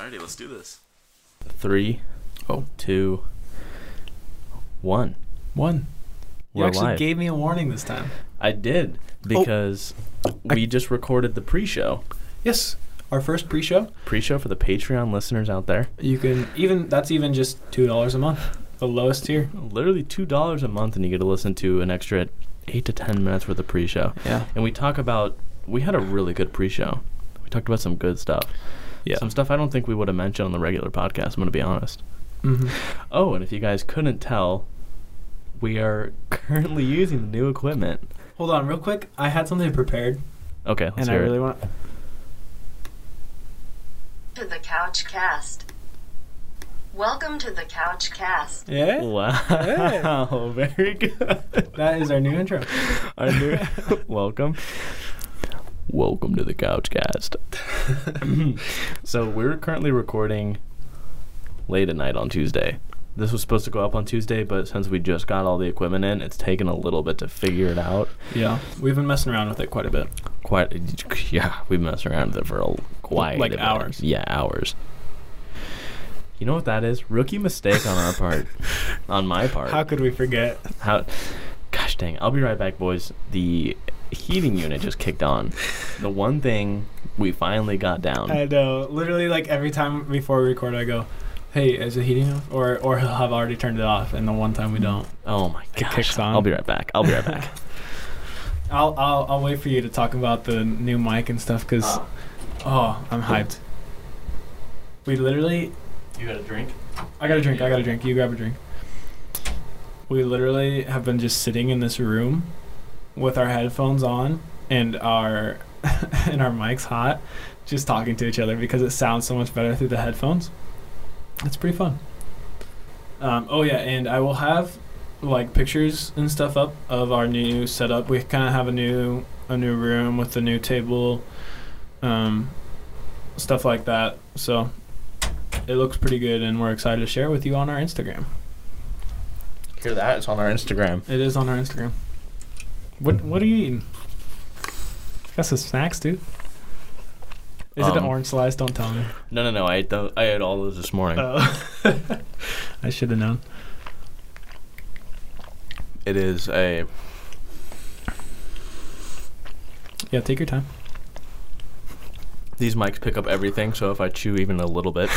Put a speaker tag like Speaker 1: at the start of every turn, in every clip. Speaker 1: ready. Let's do this.
Speaker 2: Three,
Speaker 3: Oh.
Speaker 2: two, one.
Speaker 3: One.
Speaker 2: We're
Speaker 3: you actually
Speaker 2: live.
Speaker 3: gave Oh. me a warning this time.
Speaker 2: I did because we just recorded the pre-show.
Speaker 3: Yes. Our first pre-show.
Speaker 2: Pre-show for the Patreon listeners out there.
Speaker 3: You can even that's even just two dollars a month, the lowest tier.
Speaker 2: Literally two dollars a month, and you get to listen to an extra eight to ten minutes worth of pre-show.
Speaker 3: Yeah.
Speaker 2: And we talk about. We had a really good pre-show. We talked about some good stuff.
Speaker 3: Yeah.
Speaker 2: Some stuff I don't think we would have mentioned on the regular podcast. I'm going to be honest.
Speaker 3: Mm-hmm.
Speaker 2: Oh, and if you guys couldn't tell, we are currently using the new equipment.
Speaker 3: Hold on, real quick. I had something prepared,
Speaker 2: Okay, let's
Speaker 3: and I
Speaker 2: hear
Speaker 3: really
Speaker 2: it.
Speaker 3: want.
Speaker 4: to the couch cast welcome to the couch cast
Speaker 3: Yeah.
Speaker 2: Wow, very good.
Speaker 3: That is our new intro.
Speaker 2: Our new welcome. Welcome to the Couchcast. so we're currently recording late at night on Tuesday. This was supposed to go up on Tuesday, but since we just got all the equipment in, it's taken a little bit to figure it out.
Speaker 3: Yeah. We've been messing around with it quite a bit.
Speaker 2: Quite, yeah, we messed around with it for a quite a
Speaker 3: Like
Speaker 2: bit.
Speaker 3: hours.
Speaker 2: Yeah, hours. You know what that is? Rookie mistake on our part, on my part.
Speaker 3: How could we forget?
Speaker 2: How? Gosh dang! I'll be right back, boys. The heating unit just kicked on. The one thing we finally got down.
Speaker 3: I know. Literally, like every time before we record, I go, "Hey, is it heating up?" Or, or he'll have already turned it off, and the one time we don't,
Speaker 2: oh my
Speaker 3: It
Speaker 2: gosh!
Speaker 3: kicks on.
Speaker 2: I'll be right back. I'll be right back.
Speaker 3: I'll I'll, I'll wait for you to talk about the new mic and stuff because, oh, I'm hyped. We literally,
Speaker 2: you got a drink?
Speaker 3: I got a drink. I got a drink. You grab a drink. We literally have been just sitting in this room, with our headphones on and our and our mics hot, just talking to each other because it sounds so much better through the headphones. It's pretty fun. Um, oh yeah, and I will have like pictures and stuff up of our new setup. We kind of have a new a new room with a new table, um, stuff like that. So it looks pretty good, and we're excited to share with you on our Instagram.
Speaker 2: Hear that? It's on our Instagram.
Speaker 3: It is on our Instagram. What What are you eating? Got some snacks, dude. Is it an
Speaker 2: Um,
Speaker 3: orange slice? Don't tell me.
Speaker 2: No, no, no. I ate those. I ate all those this morning.
Speaker 3: Oh, I should have known.
Speaker 2: it is a.
Speaker 3: Yeah, take your time.
Speaker 2: These mics pick up everything, so if I chew even a little bit,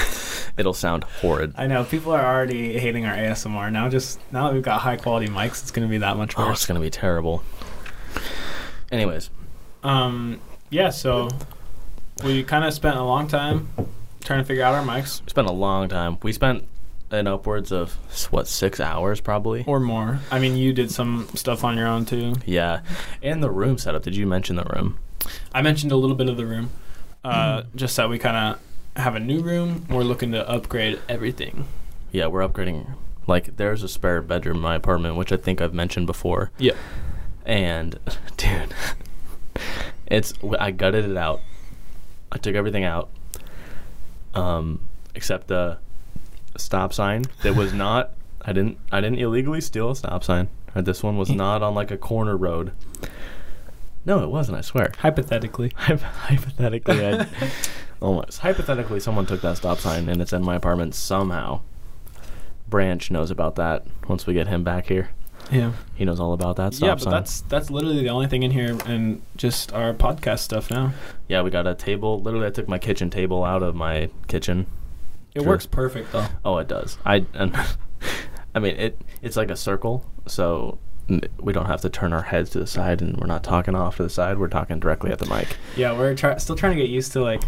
Speaker 2: it'll sound horrid.
Speaker 3: I know people are already hating our ASMR now. Just now that we've got high quality mics, it's gonna be that much
Speaker 2: Oh, it's
Speaker 3: worse.
Speaker 2: gonna be terrible. Anyways,
Speaker 3: Um, yeah. So we kind of spent a long time trying to figure out our mics
Speaker 2: we spent a long time. We spent an upwards of what six hours probably.
Speaker 3: or more. I mean, you did some stuff on your own too.
Speaker 2: Yeah, and the room setup. Did you mention the room?
Speaker 3: I mentioned a little bit of the room, uh, just that we kind of have a new room. We're looking to upgrade everything.
Speaker 2: Yeah, we're upgrading. Like, there's a spare bedroom in my apartment, which I think I've mentioned before.
Speaker 3: Yeah.
Speaker 2: And, dude, it's I gutted it out. I took everything out, um, except the stop sign that was not. I didn't. I didn't illegally steal a stop sign. Uh, This one was not on like a corner road. No, it wasn't. I swear.
Speaker 3: Hypothetically.
Speaker 2: Hy- hypothetically, I almost hypothetically someone took that stop sign and it's in my apartment somehow. Branch knows about that. Once we get him back here,
Speaker 3: Yeah.
Speaker 2: he knows all about that stop
Speaker 3: yeah, but
Speaker 2: sign.
Speaker 3: that's that's literally the only thing in here, and just our podcast stuff now.
Speaker 2: yeah, we got a table. Literally, I took my kitchen table out of my kitchen.
Speaker 3: It
Speaker 2: Sure.
Speaker 3: works perfect though.
Speaker 2: Oh, it does. I and I mean it. It's like a circle, so n- we don't have to turn our heads to the side, and we're not talking off to the side. We're talking directly at the mic.
Speaker 3: Yeah, we're try- still trying to get used to like,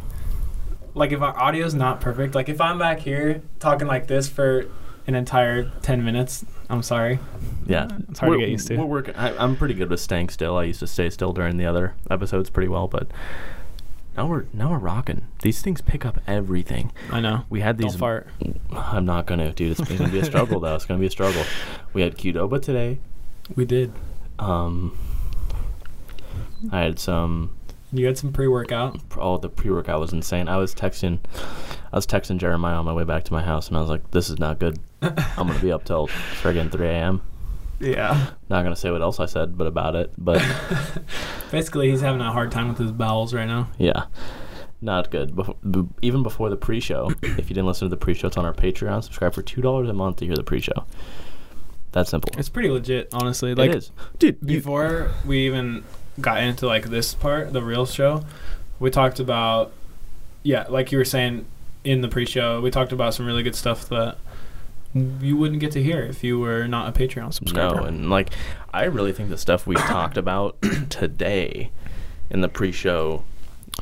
Speaker 3: like if our audio's not perfect, like if I'm back here talking like this for an entire ten minutes, I'm sorry.
Speaker 2: Yeah,
Speaker 3: It's hard to
Speaker 2: We're-
Speaker 3: get used to.
Speaker 2: We're working. I, I'm pretty good with staying still. I used to stay still during the other episodes pretty well, but now we're now we're rocking. These things pick up everything.
Speaker 3: I know.
Speaker 2: We had these.
Speaker 3: Don't fart.
Speaker 2: I'm not gonna, dude. It's gonna be a struggle though. It's gonna be a struggle. We had Qdoba today.
Speaker 3: We did.
Speaker 2: Um, I had some.
Speaker 3: You had some pre-workout.
Speaker 2: Oh, the pre-workout was insane. I was texting, I was texting Jeremiah on my way back to my house, and I was like, "This is not good. I'm gonna be up till friggin' 3 a.m."
Speaker 3: Yeah.
Speaker 2: Not gonna say what else I said, but about it. But
Speaker 3: Basically, he's having a hard time with his bowels right now.
Speaker 2: Yeah. not good. Bef- b- even before the pre-show, if you didn't listen to the pre-show, it's on our Patreon. Subscribe for two dollars a month to hear the pre-show. That's simple.
Speaker 3: It's pretty legit, honestly. Like
Speaker 2: it is.
Speaker 3: Dude, before we even got into like this part, the real show, we talked about yeah, like you were saying in the pre-show, we talked about some really good stuff that you wouldn't get to hear if you were not a Patreon subscriber.
Speaker 2: No, and like I really think the stuff we talked about today in the pre-show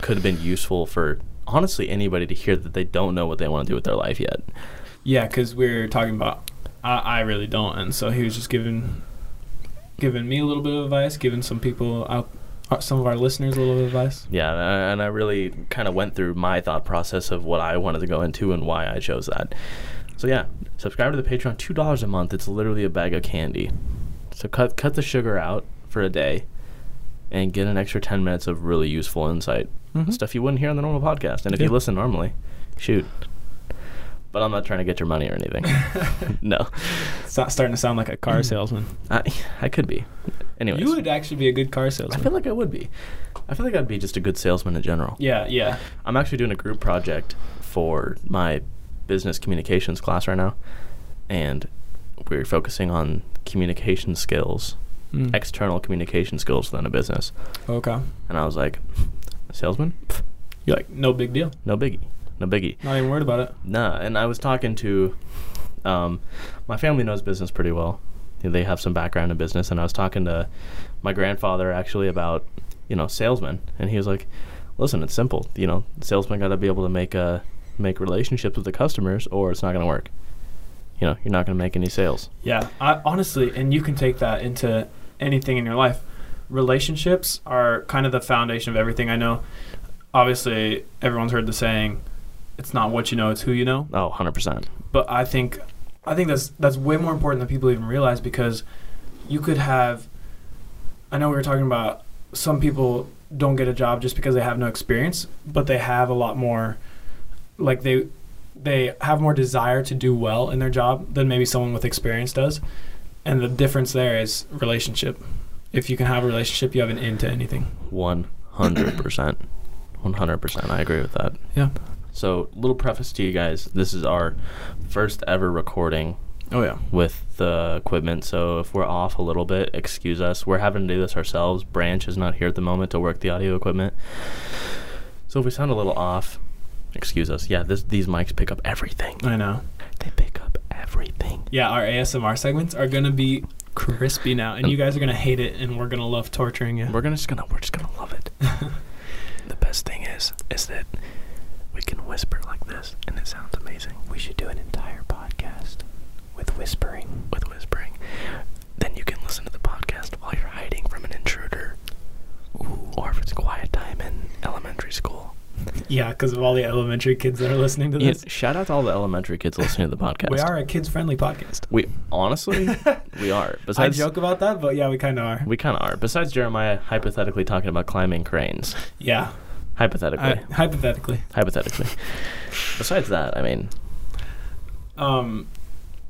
Speaker 2: could have been useful for honestly anybody to hear that they don't know what they want to do with their life yet.
Speaker 3: yeah, because we're talking about I, I really don't, and so he was just giving giving me a little bit of advice, giving some people out, uh, some of our listeners a little bit of advice.
Speaker 2: Yeah, and I, and I really kind of went through my thought process of what I wanted to go into and why I chose that. So yeah, subscribe to the Patreon, two dollars a month. It's literally a bag of candy. So cut cut the sugar out for a day, and get an extra ten minutes of really useful insight,
Speaker 3: Mhm.
Speaker 2: stuff you wouldn't hear on the normal podcast. And if you
Speaker 3: Yeah.
Speaker 2: listen normally, shoot. But I'm not trying to get your money or anything. no,
Speaker 3: It's not starting to sound like a car salesman.
Speaker 2: I I could be. Anyways,
Speaker 3: You would actually be a good car
Speaker 2: I
Speaker 3: salesman.
Speaker 2: feel like I would be. I feel like I'd be just a good salesman in general.
Speaker 3: yeah, yeah.
Speaker 2: I'm actually doing a group project for my business communications class right now, and we're focusing on communication skills,
Speaker 3: Mm.
Speaker 2: external communication skills within a business.
Speaker 3: Okay.
Speaker 2: And I was like, salesman? Pff,
Speaker 3: You're like, no big deal.
Speaker 2: No biggie. No biggie.
Speaker 3: Not even worried about it.
Speaker 2: Nah. And I was talking to, um, my family knows business pretty well. They have some background in business, and I was talking to my grandfather actually about, you know, salesmen, and he was like, "Listen, it's simple. You know, salesmen got to be able to make uh, make relationships with the customers, or it's not going to work. You know, you're not going to make any sales.
Speaker 3: Yeah. I, honestly, and you can take that into anything in your life. Relationships are kind of the foundation of everything. I know, obviously, everyone's heard the saying, it's not what you know, it's who you know.
Speaker 2: Oh, 100 percent.
Speaker 3: But I think, I think that's that's way more important than people even realize because you could have. I know we were talking about some people don't get a job just because they have no experience, but they have a lot more, like they they have more desire to do well in their job than maybe someone with experience does. And the difference there is relationship. If you can have a relationship, you have an end to anything.
Speaker 2: 100 percent. 100 percent. I agree with that.
Speaker 3: Yeah.
Speaker 2: So, little preface to you guys. This is our first ever recording
Speaker 3: Oh yeah.
Speaker 2: with the equipment. So if we're off a little bit, excuse us. We're having to do this ourselves. Branch is not here at the moment to work the audio equipment. So if we sound a little off, excuse us. Yeah, this, these mics pick up everything.
Speaker 3: I know.
Speaker 2: They pick up everything.
Speaker 3: Yeah, our ASMR segments are gonna be crispy now, and you guys are gonna hate it, and we're gonna love torturing you.
Speaker 2: We're gonna just gonna we're just gonna love it. the best thing is is that we can whisper like this, and it sounds amazing.
Speaker 1: We should do an entire podcast with whispering.
Speaker 2: With whispering, then you can listen to the podcast while you're hiding from an intruder, or if it's quiet time in elementary school.
Speaker 3: Yeah, because of all the elementary kids that are listening to
Speaker 2: Yeah,
Speaker 3: this.
Speaker 2: shout out to all the elementary kids listening to the podcast.
Speaker 3: We are a kids-friendly podcast.
Speaker 2: We honestly, we are.
Speaker 3: I
Speaker 2: Besides,
Speaker 3: joke about that, but yeah, we kind of are.
Speaker 2: we kind of are. Besides Jeremiah hypothetically talking about climbing cranes,
Speaker 3: yeah,
Speaker 2: hypothetically,
Speaker 3: I, hypothetically.
Speaker 2: hypothetically. Besides that, I mean,
Speaker 3: Um,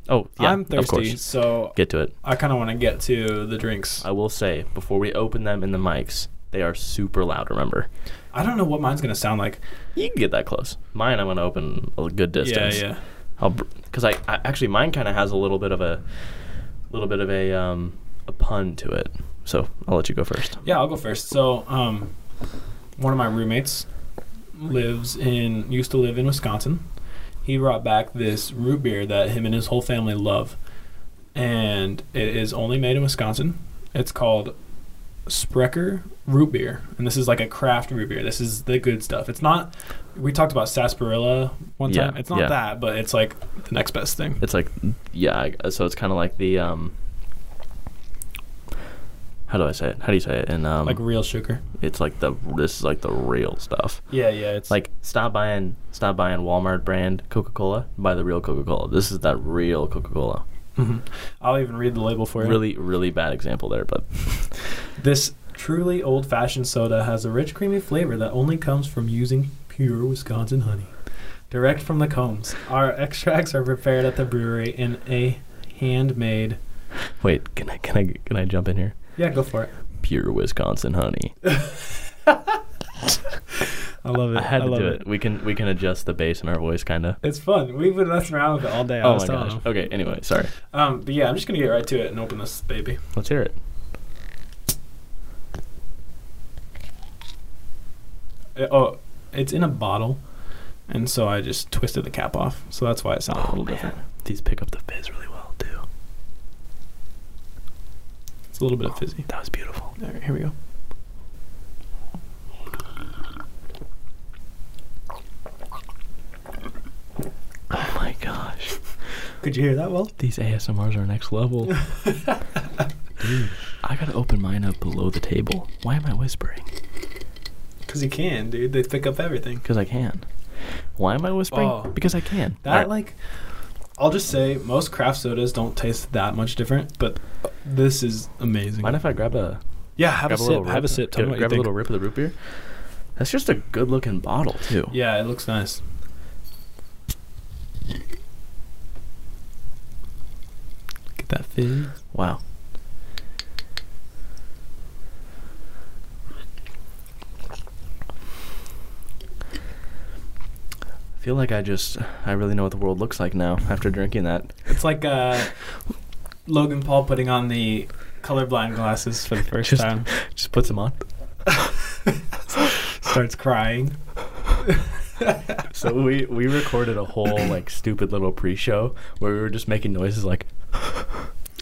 Speaker 2: oh, yeah,
Speaker 3: I'm
Speaker 2: Of
Speaker 3: thirsty,
Speaker 2: course.
Speaker 3: so
Speaker 2: Get to it.
Speaker 3: I kind of want to get to the drinks.
Speaker 2: I will say before we open them in the mics, they are super loud. Remember,
Speaker 3: I don't know what mine's gonna sound like.
Speaker 2: you can get that close. Mine, I'm gonna open a good distance.
Speaker 3: Yeah, yeah.
Speaker 2: I'll because I, I actually mine kind of has a little bit of a little bit of a um a pun to it. So I'll let you go first.
Speaker 3: Yeah, I'll go first. So, um, one of my roommates lives in used to live in Wisconsin. He brought back this root beer that him and his whole family love, and it is only made in Wisconsin. It's called Sprecher root beer, and this is like a craft root beer. This is the good stuff. It's not. We talked about sarsaparilla one
Speaker 2: Yeah,
Speaker 3: time. It's not
Speaker 2: yeah.
Speaker 3: that, but it's like the next best thing.
Speaker 2: it's like yeah I- so it's kind of like the um how do i say it how do you say it and um
Speaker 3: like real sugar.
Speaker 2: it's like the this is like the real stuff
Speaker 3: Yeah, yeah. It's
Speaker 2: like stop buying stop buying walmart brand coca-cola buy the real coca-cola this is that real coca-cola
Speaker 3: mm-hmm. I'll even read the label for you.
Speaker 2: really really bad example there but
Speaker 3: This truly old fashioned soda has a rich, creamy flavor that only comes from using pure Wisconsin honey. Direct from the combs. Our extracts are prepared at the brewery in a handmade.
Speaker 2: wait can i can i can i jump in here
Speaker 3: Yeah, go for it.
Speaker 2: pure wisconsin honey
Speaker 3: I love it.
Speaker 2: I had to
Speaker 3: love
Speaker 2: do it. We can we can adjust the bass in our voice, kind of.
Speaker 3: It's fun. We've been messing around with it all day. I
Speaker 2: oh
Speaker 3: was
Speaker 2: my
Speaker 3: telling
Speaker 2: gosh.
Speaker 3: him.
Speaker 2: Okay. Anyway, sorry.
Speaker 3: Um, but yeah, I'm just gonna get right to it and open this baby.
Speaker 2: Let's hear it.
Speaker 3: Uh, oh, it's in a bottle, and so I just twisted the cap off, so that's why it sounds a
Speaker 2: Oh
Speaker 3: little
Speaker 2: man,
Speaker 3: different.
Speaker 2: these pick up the fizz really well too.
Speaker 3: It's a little bit fizzy.
Speaker 2: That was beautiful.
Speaker 3: All right, here we go.
Speaker 2: Oh my gosh.
Speaker 3: Could you hear that well?
Speaker 2: These ASMRs are next level. Dude, I gotta open mine up below the table. Why am I whispering?
Speaker 3: Cause you can, dude. They pick up everything.
Speaker 2: Because I can. Why am I whispering?
Speaker 3: Oh.
Speaker 2: Because I can.
Speaker 3: That
Speaker 2: Alright.
Speaker 3: like, I'll just say most craft sodas don't taste that much different, but this is amazing.
Speaker 2: Mind if I grab a
Speaker 3: yeah, have a
Speaker 2: grab little
Speaker 3: sip. Have a
Speaker 2: rip-
Speaker 3: sip. Tell
Speaker 2: dude,
Speaker 3: me what you
Speaker 2: grab a
Speaker 3: think.
Speaker 2: little rip of the root beer. That's just a good looking bottle too.
Speaker 3: Yeah, it looks nice. Get that fizz.
Speaker 2: Wow. I feel like I just I really know what the world looks like now after drinking that.
Speaker 3: It's like uh, Logan Paul putting on the colorblind glasses for the first
Speaker 2: Just-
Speaker 3: time.
Speaker 2: Just puts them on.
Speaker 3: Starts crying.
Speaker 2: So we we recorded a whole like stupid little pre-show where we were just making noises like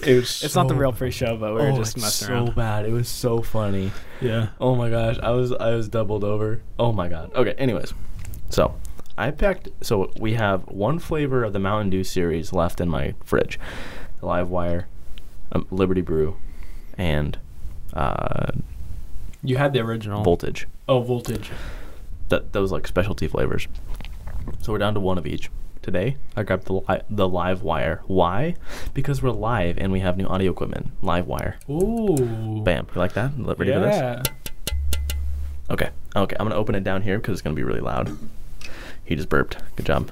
Speaker 2: it was
Speaker 3: It's not the real free show, but we were
Speaker 2: oh,
Speaker 3: just
Speaker 2: it's
Speaker 3: messing
Speaker 2: so
Speaker 3: around.
Speaker 2: bad. It was so funny.
Speaker 3: Yeah.
Speaker 2: Oh my gosh, I was I was doubled over. Oh my god. Okay, anyways. So, I packed so we have one flavor of the Mountain Dew series left in my fridge. The Live Wire, um, Liberty Brew, and uh,
Speaker 3: You had the original.
Speaker 2: Voltage.
Speaker 3: oh, voltage.
Speaker 2: That those like specialty flavors. So we're down to one of each. Today, I grabbed the li- the Live Wire. Why? Because we're live and we have new audio equipment. Live Wire.
Speaker 3: Ooh.
Speaker 2: Bam. You like that? Liberty for this?
Speaker 3: Yeah.
Speaker 2: Okay. Okay. I'm gonna open it down here because it's gonna be really loud. He just burped. Good job.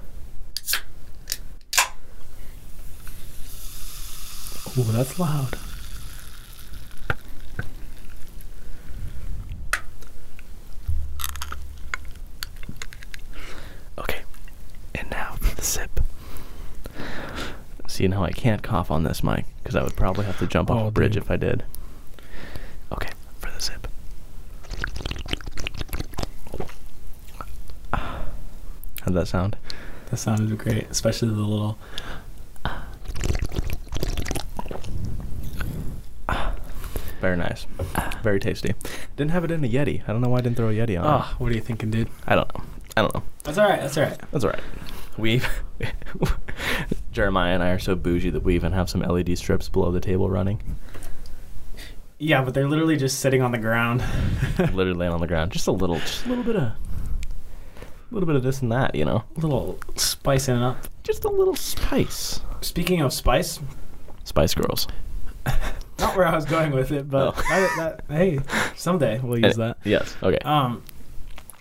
Speaker 3: Ooh, that's loud.
Speaker 2: Okay. And now for the sip. See now I can't cough on this mic because I would probably have to jump off
Speaker 3: Oh,
Speaker 2: a bridge
Speaker 3: dude.
Speaker 2: if I did. Okay, for the sip. How'd that sound?
Speaker 3: That sounded great, especially the little.
Speaker 2: Very nice. Very tasty. Didn't have it in a Yeti. I don't know why I didn't throw a Yeti on. it.
Speaker 3: Ah, what are you thinking, dude?
Speaker 2: I don't know. I don't know.
Speaker 3: That's all right. That's all right.
Speaker 2: That's all right. We, Jeremiah and I are so bougie that we even have some LED strips below the table running,
Speaker 3: Yeah, but they're literally just sitting on the ground.
Speaker 2: literally laying on the ground. Just a little, just a little bit of, a little bit of this and that, you know.
Speaker 3: A little spicing it up.
Speaker 2: Just a little spice.
Speaker 3: Speaking of spice,
Speaker 2: Spice Girls.
Speaker 3: not where I was going with it, but
Speaker 2: Oh.
Speaker 3: that, that, hey, someday we'll use
Speaker 2: Any-
Speaker 3: that.
Speaker 2: Eh, Yes. Okay.
Speaker 3: Um,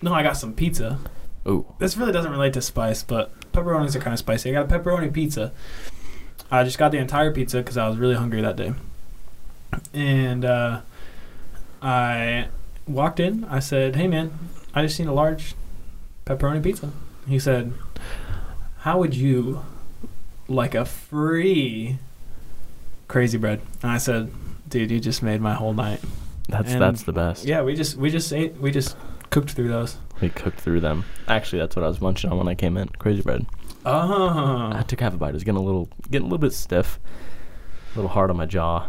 Speaker 3: no, I got some pizza.
Speaker 2: Ooh.
Speaker 3: This really doesn't relate to spice, but pepperonis are kind of spicy. I got a pepperoni pizza. I just got the entire pizza because I was really hungry that day. And uh, I walked in. I said, "Hey, man, I just seen a large pepperoni pizza." He said, "How would you like a free crazy bread?" And I said, "Dude, you just made my whole night."
Speaker 2: That's
Speaker 3: And-
Speaker 2: that's the best.
Speaker 3: Yeah, we just we just ate we just cooked through those.
Speaker 2: We cooked through them. Actually, that's what I was munching on when I came in. Crazy bread. I
Speaker 3: Oh,
Speaker 2: had to have a bite. It was getting a little, getting a little bit stiff, a little hard on my jaw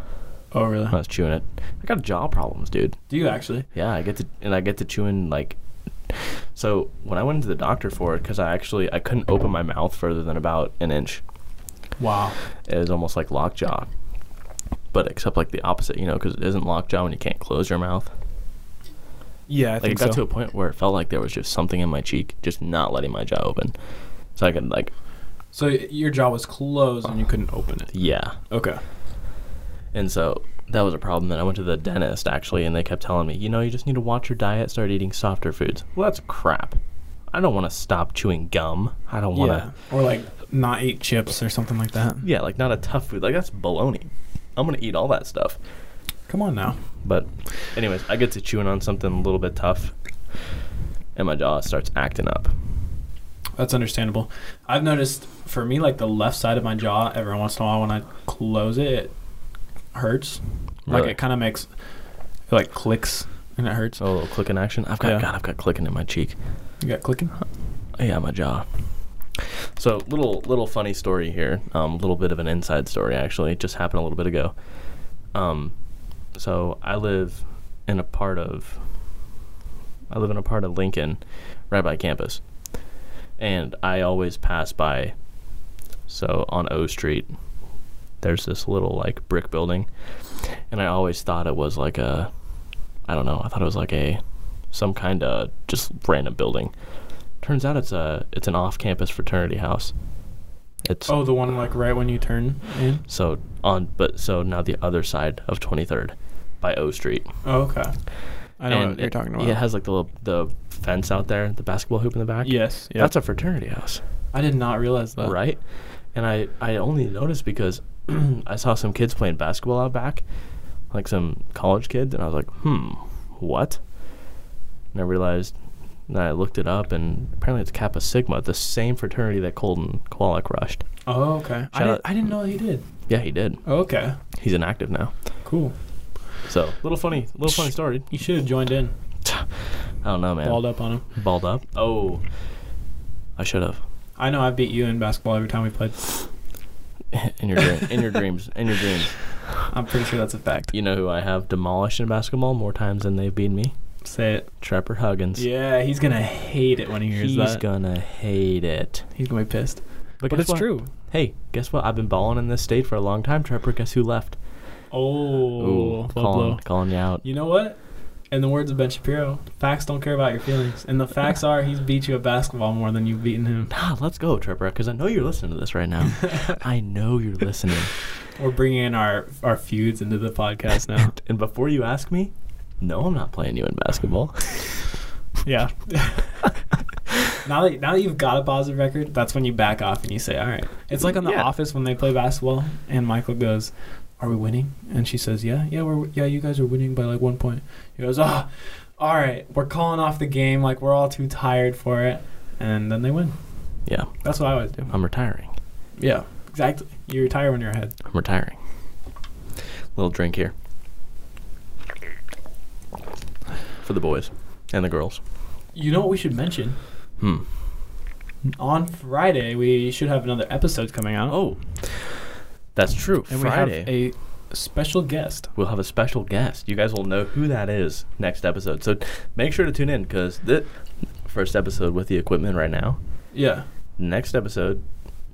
Speaker 3: oh really?
Speaker 2: when I was chewing it. I got jaw problems, dude.
Speaker 3: Do you actually?
Speaker 2: Yeah, I get to and I get to chewing like. So when I went to the doctor for it, because I actually I couldn't open my mouth further than about an inch.
Speaker 3: Wow.
Speaker 2: It was almost like lockjaw, but except like the opposite, you know, because it isn't lockjaw when you can't close your mouth.
Speaker 3: Yeah, I
Speaker 2: Like it got to a point where it felt like there was just something in my cheek, just not letting my jaw open. So I could like,
Speaker 3: so y- your jaw was closed and you couldn't open it.
Speaker 2: yeah,
Speaker 3: Okay.
Speaker 2: and so that was a problem. Then I went to the dentist actually, and they kept telling me, you know, you just need to watch your diet, start eating softer foods. Well, that's crap. I don't want to stop chewing gum. I don't want to.
Speaker 3: Yeah. Or like not eat chips or something like that.
Speaker 2: Yeah, like not a tough food. Like that's baloney. I'm gonna eat all that stuff.
Speaker 3: Come on now.
Speaker 2: But, anyways, I get to chewing on something a little bit tough, and and my jaw starts acting up.
Speaker 3: That's understandable. I've noticed for me, like the left side of my jaw, every once in a while when I close it, it hurts. Like
Speaker 2: Really?
Speaker 3: it kind of makes, it like clicks and it hurts.
Speaker 2: So a little clicking action. I've got
Speaker 3: Yeah.
Speaker 2: God, I've got clicking in my cheek.
Speaker 3: You got clicking?
Speaker 2: Yeah, my jaw. So little little funny story here. Um, little bit of an inside story actually. It just happened a little bit ago. Um, so I live in a part of I live in a part of Lincoln, right by campus, and I always pass by. So on O Street, there's this little like brick building, and I always thought it was like a, I don't know, I thought it was like a, some kind of just random building. Turns out it's a it's an off-campus fraternity house. It's
Speaker 3: Oh, the one like right when you turn in?
Speaker 2: so on, but so now the other side of 23rd by O Street.
Speaker 3: Oh, okay. I know
Speaker 2: And
Speaker 3: what you're
Speaker 2: it-
Speaker 3: talking about.
Speaker 2: Yeah, it has like the little, the fence out there, the basketball hoop in the back.
Speaker 3: Yes. Yeah.
Speaker 2: that's a fraternity house,
Speaker 3: I did not realize that.
Speaker 2: right? And I I only noticed because I saw some kids playing basketball out back, like some college kids, and I was like, hmm, what? And I realized, and I looked it up, and apparently it's Kappa Sigma, the same fraternity that Colton Kowalik rushed.
Speaker 3: Oh, okay. I,
Speaker 2: Shout
Speaker 3: did,
Speaker 2: out-
Speaker 3: I didn't know he did.
Speaker 2: Yeah, he did.
Speaker 3: Okay.
Speaker 2: He's inactive now.
Speaker 3: Cool.
Speaker 2: So little funny, little funny story.
Speaker 3: You should have joined in.
Speaker 2: I don't know, man.
Speaker 3: Balled up on him.
Speaker 2: Balled up? Oh. I should have.
Speaker 3: I know I beat you in basketball every time we played.
Speaker 2: In your dream, in your dreams, in your dreams.
Speaker 3: I'm pretty sure that's a fact.
Speaker 2: You know who I have demolished in basketball more times than they've beaten me?
Speaker 3: Say it.
Speaker 2: Trevor Huggins.
Speaker 3: Yeah, he's gonna hate it when he hears
Speaker 2: He's
Speaker 3: that.
Speaker 2: gonna hate it.
Speaker 3: he's gonna be pissed. But
Speaker 2: guess
Speaker 3: it's
Speaker 2: what?
Speaker 3: true.
Speaker 2: Hey, guess what? I've been balling in this state for a long time, Trevor. Guess who left?
Speaker 3: Oh, low
Speaker 2: calling,
Speaker 3: blow.
Speaker 2: calling you out.
Speaker 3: You know what? In the words of Ben Shapiro, facts don't care about your feelings. And the facts are he's beat you at basketball more than you've beaten him.
Speaker 2: Nah, let's go, Trevor, because I know you're listening to this right now. I know you're listening.
Speaker 3: We're bringing in our, our feuds into the podcast now.
Speaker 2: And before you ask me, no, I'm not playing you in basketball.
Speaker 3: yeah. now that now that you've got a positive record, that's when you back off and you say, "All right." It's like on The
Speaker 2: Yeah.
Speaker 3: Office when they play basketball, and Michael goes, "Are we winning?" And she says, "Yeah, yeah, we're yeah, you guys are winning by like one point." He goes, "Ah, all right, we're calling off the game. Like we're all too tired for it," and then they win.
Speaker 2: yeah,
Speaker 3: That's what I always do.
Speaker 2: I'm retiring.
Speaker 3: Yeah, exactly. You retire when you're ahead.
Speaker 2: I'm retiring. Little drink here. For the boys and the girls.
Speaker 3: You know what we should mention?
Speaker 2: Hmm.
Speaker 3: On Friday, we should have another episode coming out.
Speaker 2: Oh. That's true.
Speaker 3: and
Speaker 2: Friday.
Speaker 3: we have a special guest.
Speaker 2: we'll have a special guest. You guys will know who that is next episode. So make sure to tune in because the first episode with the equipment right now.
Speaker 3: Yeah,
Speaker 2: Next episode,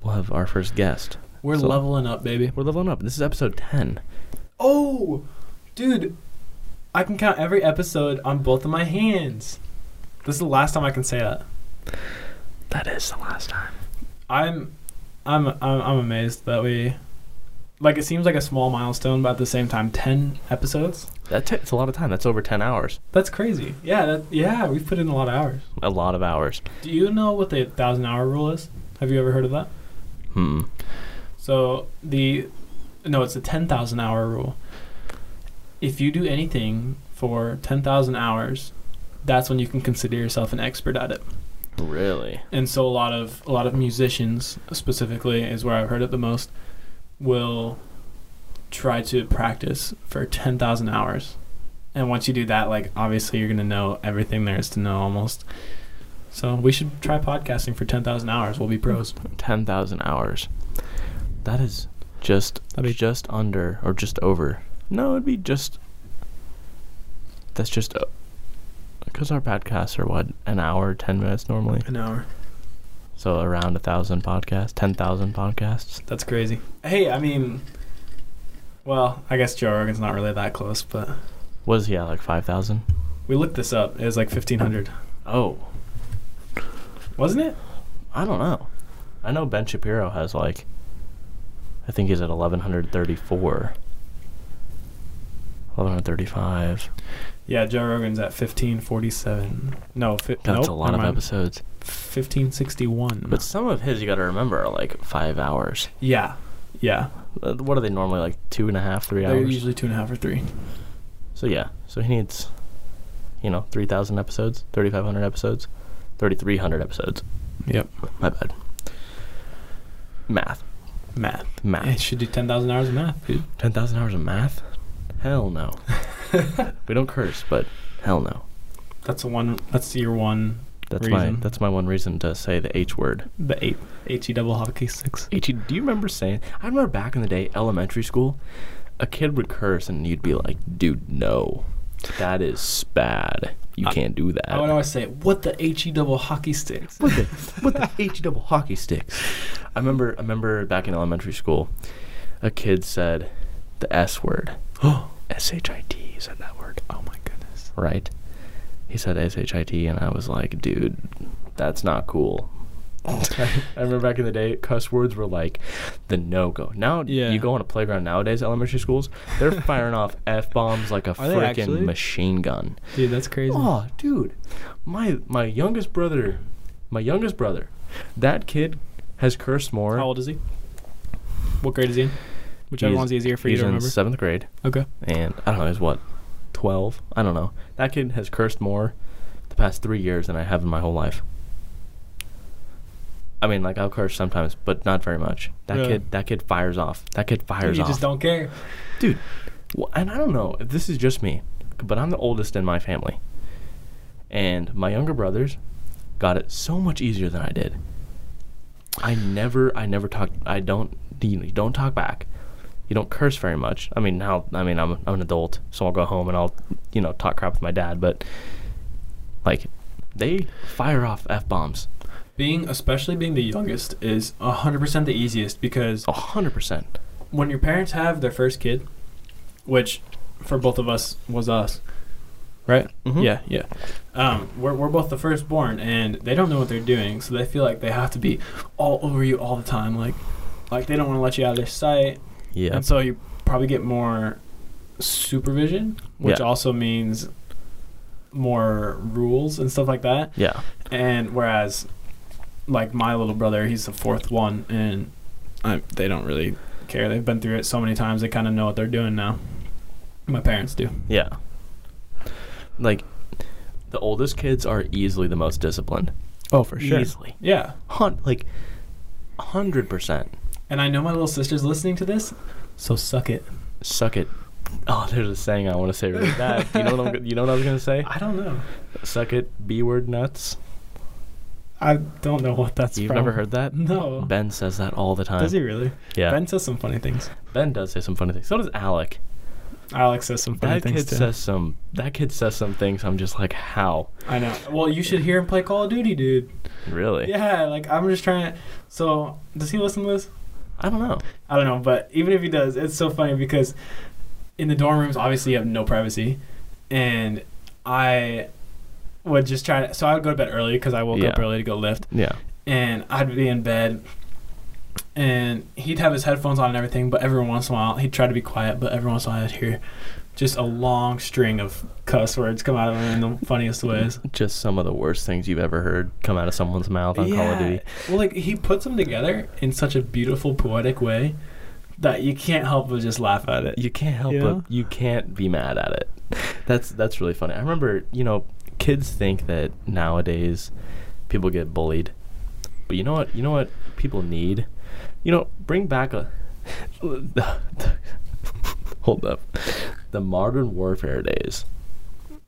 Speaker 2: we'll have our first guest.
Speaker 3: we're
Speaker 2: So-
Speaker 3: leveling up, baby.
Speaker 2: We're leveling up. This is episode 10.
Speaker 3: Oh, dude, I can count every episode on both of my hands. This is the last time I can say that.
Speaker 2: That is the last time.
Speaker 3: I'm, I'm, I'm, I'm amazed that we, like, it seems like a small milestone, but at the same time, ten episodes.
Speaker 2: That takes a lot of time. That's over 10 hours.
Speaker 3: That's crazy. Yeah, that, yeah, we've put in a lot of hours.
Speaker 2: A lot of hours.
Speaker 3: Do you know what the thousand hour rule is? Have you ever heard of that?
Speaker 2: Hmm.
Speaker 3: So the no, it's the ten thousand hour rule. If you do anything for ten thousand hours, that's when you can consider yourself an expert at it.
Speaker 2: Really?
Speaker 3: And so a lot of a lot of musicians specifically is where I've heard it the most will try to practice for ten thousand hours. And once you do that, like obviously you're gonna know everything there is to know almost. So we should try podcasting for ten thousand hours. We'll be pros.
Speaker 2: ten thousand hours. That is just
Speaker 3: That'd be-
Speaker 2: just under or just over. No, it'd be just. That's just because our podcasts are what an hour, ten minutes normally.
Speaker 3: An hour.
Speaker 2: So around a thousand podcasts, ten thousand podcasts.
Speaker 3: That's crazy. Hey, I mean, well, I guess Joe Rogan's not really that close, but
Speaker 2: Was yeah like five thousand?
Speaker 3: we looked this up. It was like 1,500,
Speaker 2: Oh,
Speaker 3: wasn't it?
Speaker 2: I don't know. I know Ben Shapiro has like. I think he's at eleven hundred thirty-four. Eleven hundred thirty-five.
Speaker 3: Yeah, Joe Rogan's at 1,547. No, fi-
Speaker 2: That's
Speaker 3: nope,
Speaker 2: a lot
Speaker 3: never
Speaker 2: of
Speaker 3: mind.
Speaker 2: episodes.
Speaker 3: 1,561.
Speaker 2: But some of his, you got to remember, are like five hours.
Speaker 3: yeah, yeah.
Speaker 2: Uh, what are they normally like two and a half, three
Speaker 3: They're
Speaker 2: hours?
Speaker 3: usually two and a half or three.
Speaker 2: so yeah, so he needs you know, 3,000 episodes, 3,500 episodes, 3,300 episodes.
Speaker 3: Yep.
Speaker 2: My bad. Math.
Speaker 3: Math.
Speaker 2: Math.
Speaker 3: It should do 10,000 hours of math, dude.
Speaker 2: 10,000 hours of math? Hell no. we don't curse, but hell no.
Speaker 3: That's the one. That's your one.
Speaker 2: That's my
Speaker 3: Reason.
Speaker 2: that's my one reason to say the H word.
Speaker 3: The eight. H E double hockey six.
Speaker 2: H. E, Do you remember saying? I remember back in the day, elementary school, a kid would curse and you'd be like, "Dude, no, that is bad. You
Speaker 3: I-
Speaker 2: can't do that."
Speaker 3: I would always say, "What the H E double hockey sticks?"
Speaker 2: E What the what the H E double hockey sticks? I remember I remember back in elementary school, a kid said the S word. S H I T said that word.
Speaker 3: Oh my goodness.
Speaker 2: Right? He said S H I T and I was like, dude, that's not cool. I remember back in the day, cuss words were like the no go. Now
Speaker 3: Yeah.
Speaker 2: you go on a playground nowadays, elementary schools, they're firing off f bombs like a
Speaker 3: Are they
Speaker 2: freaking
Speaker 3: actually?
Speaker 2: machine gun.
Speaker 3: Dude, that's crazy.
Speaker 2: Oh, dude, my my youngest brother, my youngest brother, that kid has cursed more.
Speaker 3: How old is he? What grade is he in? Whichever
Speaker 2: He's-
Speaker 3: one's easier for you
Speaker 2: he's
Speaker 3: to
Speaker 2: in
Speaker 3: remember.
Speaker 2: seventh grade,
Speaker 3: Okay.
Speaker 2: and I don't know, he's what, twelve? I don't know. That kid has cursed more the past three years than I have in my whole life. I mean, like I'll curse sometimes, but not very much. That
Speaker 3: Really?
Speaker 2: kid, that kid fires off. That kid fires
Speaker 3: you
Speaker 2: off.
Speaker 3: just don't care.
Speaker 2: dude. Well, and I don't know if this is just me, but I'm the oldest in my family, and my younger brothers got it so much easier than I did. I never, I never talked. I don't, you don't talk back. You don't curse very much. I mean, now, I mean, I'm, I'm an adult, so I'll go home and I'll, you know, talk crap with my dad. But like, they fire off f bombs,
Speaker 3: Being, especially being the youngest, is 100% the easiest because
Speaker 2: a hundred percent.
Speaker 3: when your parents have their first kid, which for both of us was us, right?
Speaker 2: Mhm.
Speaker 3: Yeah, yeah. Um, we're, we're both the firstborn, and they don't know what they're doing, so they feel like they have to be all over you all the time. Like, like they don't want to let you out of their sight,
Speaker 2: Yeah.
Speaker 3: and so you probably get more supervision, which
Speaker 2: Yeah.
Speaker 3: also means more rules and stuff like that.
Speaker 2: Yeah.
Speaker 3: And whereas, like my little brother, he's the fourth one, and I, they don't really care. They've been through it so many times; they kind of know what they're doing now. My parents do.
Speaker 2: Yeah. Like, the oldest kids are easily the most disciplined.
Speaker 3: Oh, for
Speaker 2: Easily.
Speaker 3: Yeah,
Speaker 2: Hun- like, 100%.
Speaker 3: and I know my little sister's listening to this, so suck it.
Speaker 2: Suck it. Oh, there's a saying I want to say really bad. you, know what I'm, go- you know what I was going to say?
Speaker 3: I don't know.
Speaker 2: Suck it, B word nuts.
Speaker 3: I don't know what that's.
Speaker 2: You've
Speaker 3: from.
Speaker 2: never heard that?
Speaker 3: No.
Speaker 2: Ben uh, says that all the time.
Speaker 3: Does he really?
Speaker 2: Yeah. Ben,
Speaker 3: Ben says some funny things.
Speaker 2: does say some funny things. So does Alec.
Speaker 3: Alex says some funny
Speaker 2: That
Speaker 3: things
Speaker 2: kid
Speaker 3: too.
Speaker 2: says some. That kid says some things. I'm just like, how?
Speaker 3: I know. Well, you should hear him play Call of Duty, dude.
Speaker 2: Really?
Speaker 3: Yeah, like I'm just trying. So, does he listen to this?
Speaker 2: I don't know.
Speaker 3: I don't know, but even if he does, it's so funny because in the dorm rooms, obviously, you have no privacy, and I would just try to. So I would go to bed early because I woke up
Speaker 2: Yeah.
Speaker 3: early to go lift,
Speaker 2: Yeah.
Speaker 3: and I'd be in bed, and he'd have his headphones on and everything, but every once in a while, he'd try to be quiet, but every once in a while, I'd hear just a long string of cuss words come out of him in the funniest ways.
Speaker 2: Just some of the worst things you've ever heard come out of someone's mouth on Call of Duty.
Speaker 3: Well, like he puts them together in such a beautiful, poetic way that you can't help but just laugh at it.
Speaker 2: you can't help
Speaker 3: You know?
Speaker 2: but you can't be mad at it. That's that's really funny. I remember, you know, kids think that nowadays people get bullied. But you know what? You know what people need? You know, bring back a Hold up. The modern warfare days.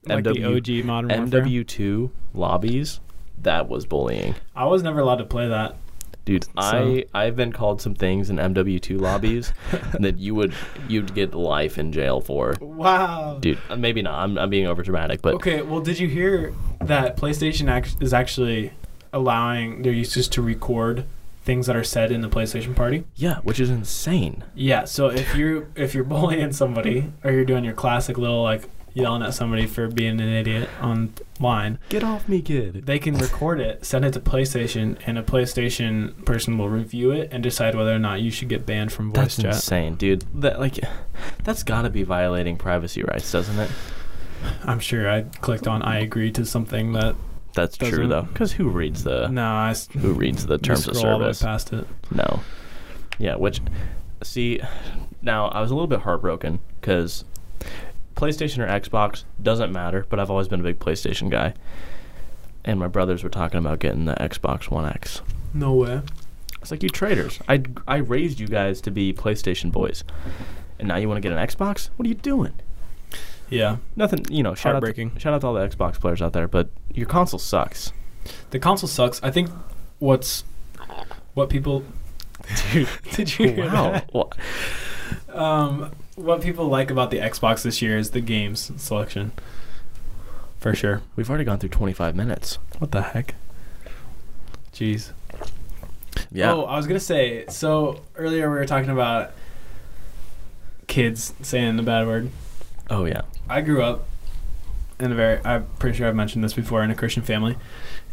Speaker 3: like
Speaker 2: MW
Speaker 3: the OG Modern Warfare.
Speaker 2: MW2 lobbies, that was bullying.
Speaker 3: I was never allowed to play that.
Speaker 2: Dude, I I've been called some things in MW2 lobbies that you would you'd get life in jail for.
Speaker 3: Wow.
Speaker 2: Dude, uh, maybe not. I'm, I'm being over dramatic, but
Speaker 3: Okay, well, did you hear that PlayStation act- is actually allowing their users to record things that are said in the PlayStation party?
Speaker 2: yeah, which is insane.
Speaker 3: Yeah. So if you if you're bullying somebody or you're doing your classic little like yelling at somebody for being an idiot online,
Speaker 2: Get off me, kid.
Speaker 3: they can record it, send it to PlayStation, and a PlayStation person will review it and decide whether or not you should get banned from voice
Speaker 2: That's
Speaker 3: chat.
Speaker 2: insane, dude. That like, that's got to be violating privacy rights, doesn't it?
Speaker 3: I'm sure I clicked on I agree to something that
Speaker 2: That's true
Speaker 3: Doesn't.
Speaker 2: though, because who reads the
Speaker 3: no, I s-
Speaker 2: who reads the terms of
Speaker 3: scroll all the way
Speaker 2: service?
Speaker 3: past it.
Speaker 2: No. Yeah, which see, now I was a little bit heartbroken because PlayStation or Xbox doesn't matter, but I've always been a big PlayStation guy. And my brothers were talking about getting the Xbox One X.
Speaker 3: No way.
Speaker 2: It's like you traitors. I I raised you guys to be PlayStation boys, and now you want to get an Xbox? What are you doing?
Speaker 3: Yeah.
Speaker 2: Nothing, you know. Shout out,
Speaker 3: Heartbreaking.
Speaker 2: to, shout out to all the Xbox players out there, but your console sucks.
Speaker 3: The console sucks. I think what's what people
Speaker 2: Dude,
Speaker 3: did you hear
Speaker 2: wow.
Speaker 3: that?
Speaker 2: Well,
Speaker 3: Um, what people like about the Xbox this year is the games selection. For sure.
Speaker 2: we've already gone through 25 minutes.
Speaker 3: What the heck? Jeez.
Speaker 2: Yeah.
Speaker 3: Oh, I was gonna say. So earlier we were talking about kids saying the bad word.
Speaker 2: oh yeah.
Speaker 3: I grew up in a very. I'm pretty sure I've mentioned this before in a Christian family,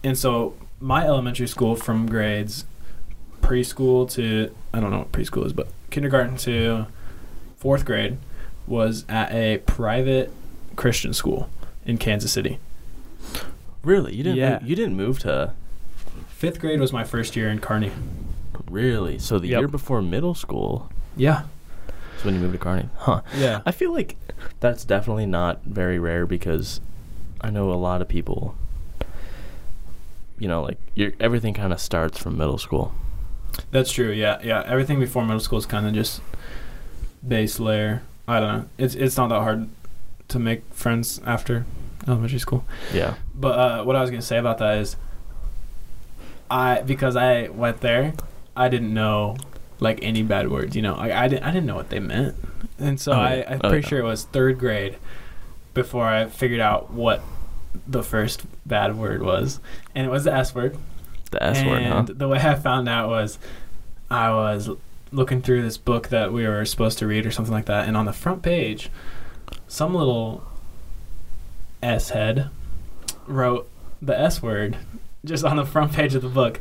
Speaker 3: and so my elementary school from grades preschool to I don't know what preschool is, but kindergarten to fourth grade was at a private Christian school in Kansas City.
Speaker 2: Really? You didn't.
Speaker 3: Yeah.
Speaker 2: You didn't move to.
Speaker 3: Fifth grade was my first year in Kearney.
Speaker 2: Really? So the
Speaker 3: Yep.
Speaker 2: year before middle school
Speaker 3: Yeah,
Speaker 2: is when you moved to Kearney, huh?
Speaker 3: yeah.
Speaker 2: I feel like that's definitely not very rare because I know a lot of people. You know, like your everything kind of starts from middle school.
Speaker 3: That's true. Yeah, yeah. Everything before middle school is kind of just base layer. I don't know. It's it's not that hard to make friends after elementary school.
Speaker 2: Yeah.
Speaker 3: But uh, what I was gonna say about that is, I because I went there, I didn't know like any bad words. You know, I I didn't I didn't know what they meant, and so
Speaker 2: Oh,
Speaker 3: I
Speaker 2: yeah.
Speaker 3: I'm
Speaker 2: Oh,
Speaker 3: pretty
Speaker 2: yeah.
Speaker 3: sure it was third grade before I figured out what the first bad word was, and it was the S word
Speaker 2: The S
Speaker 3: and
Speaker 2: word, huh?
Speaker 3: the way I found out was I was looking through this book that we were supposed to read or something like that, and on the front page, some little S head wrote the S word just on the front page of the book.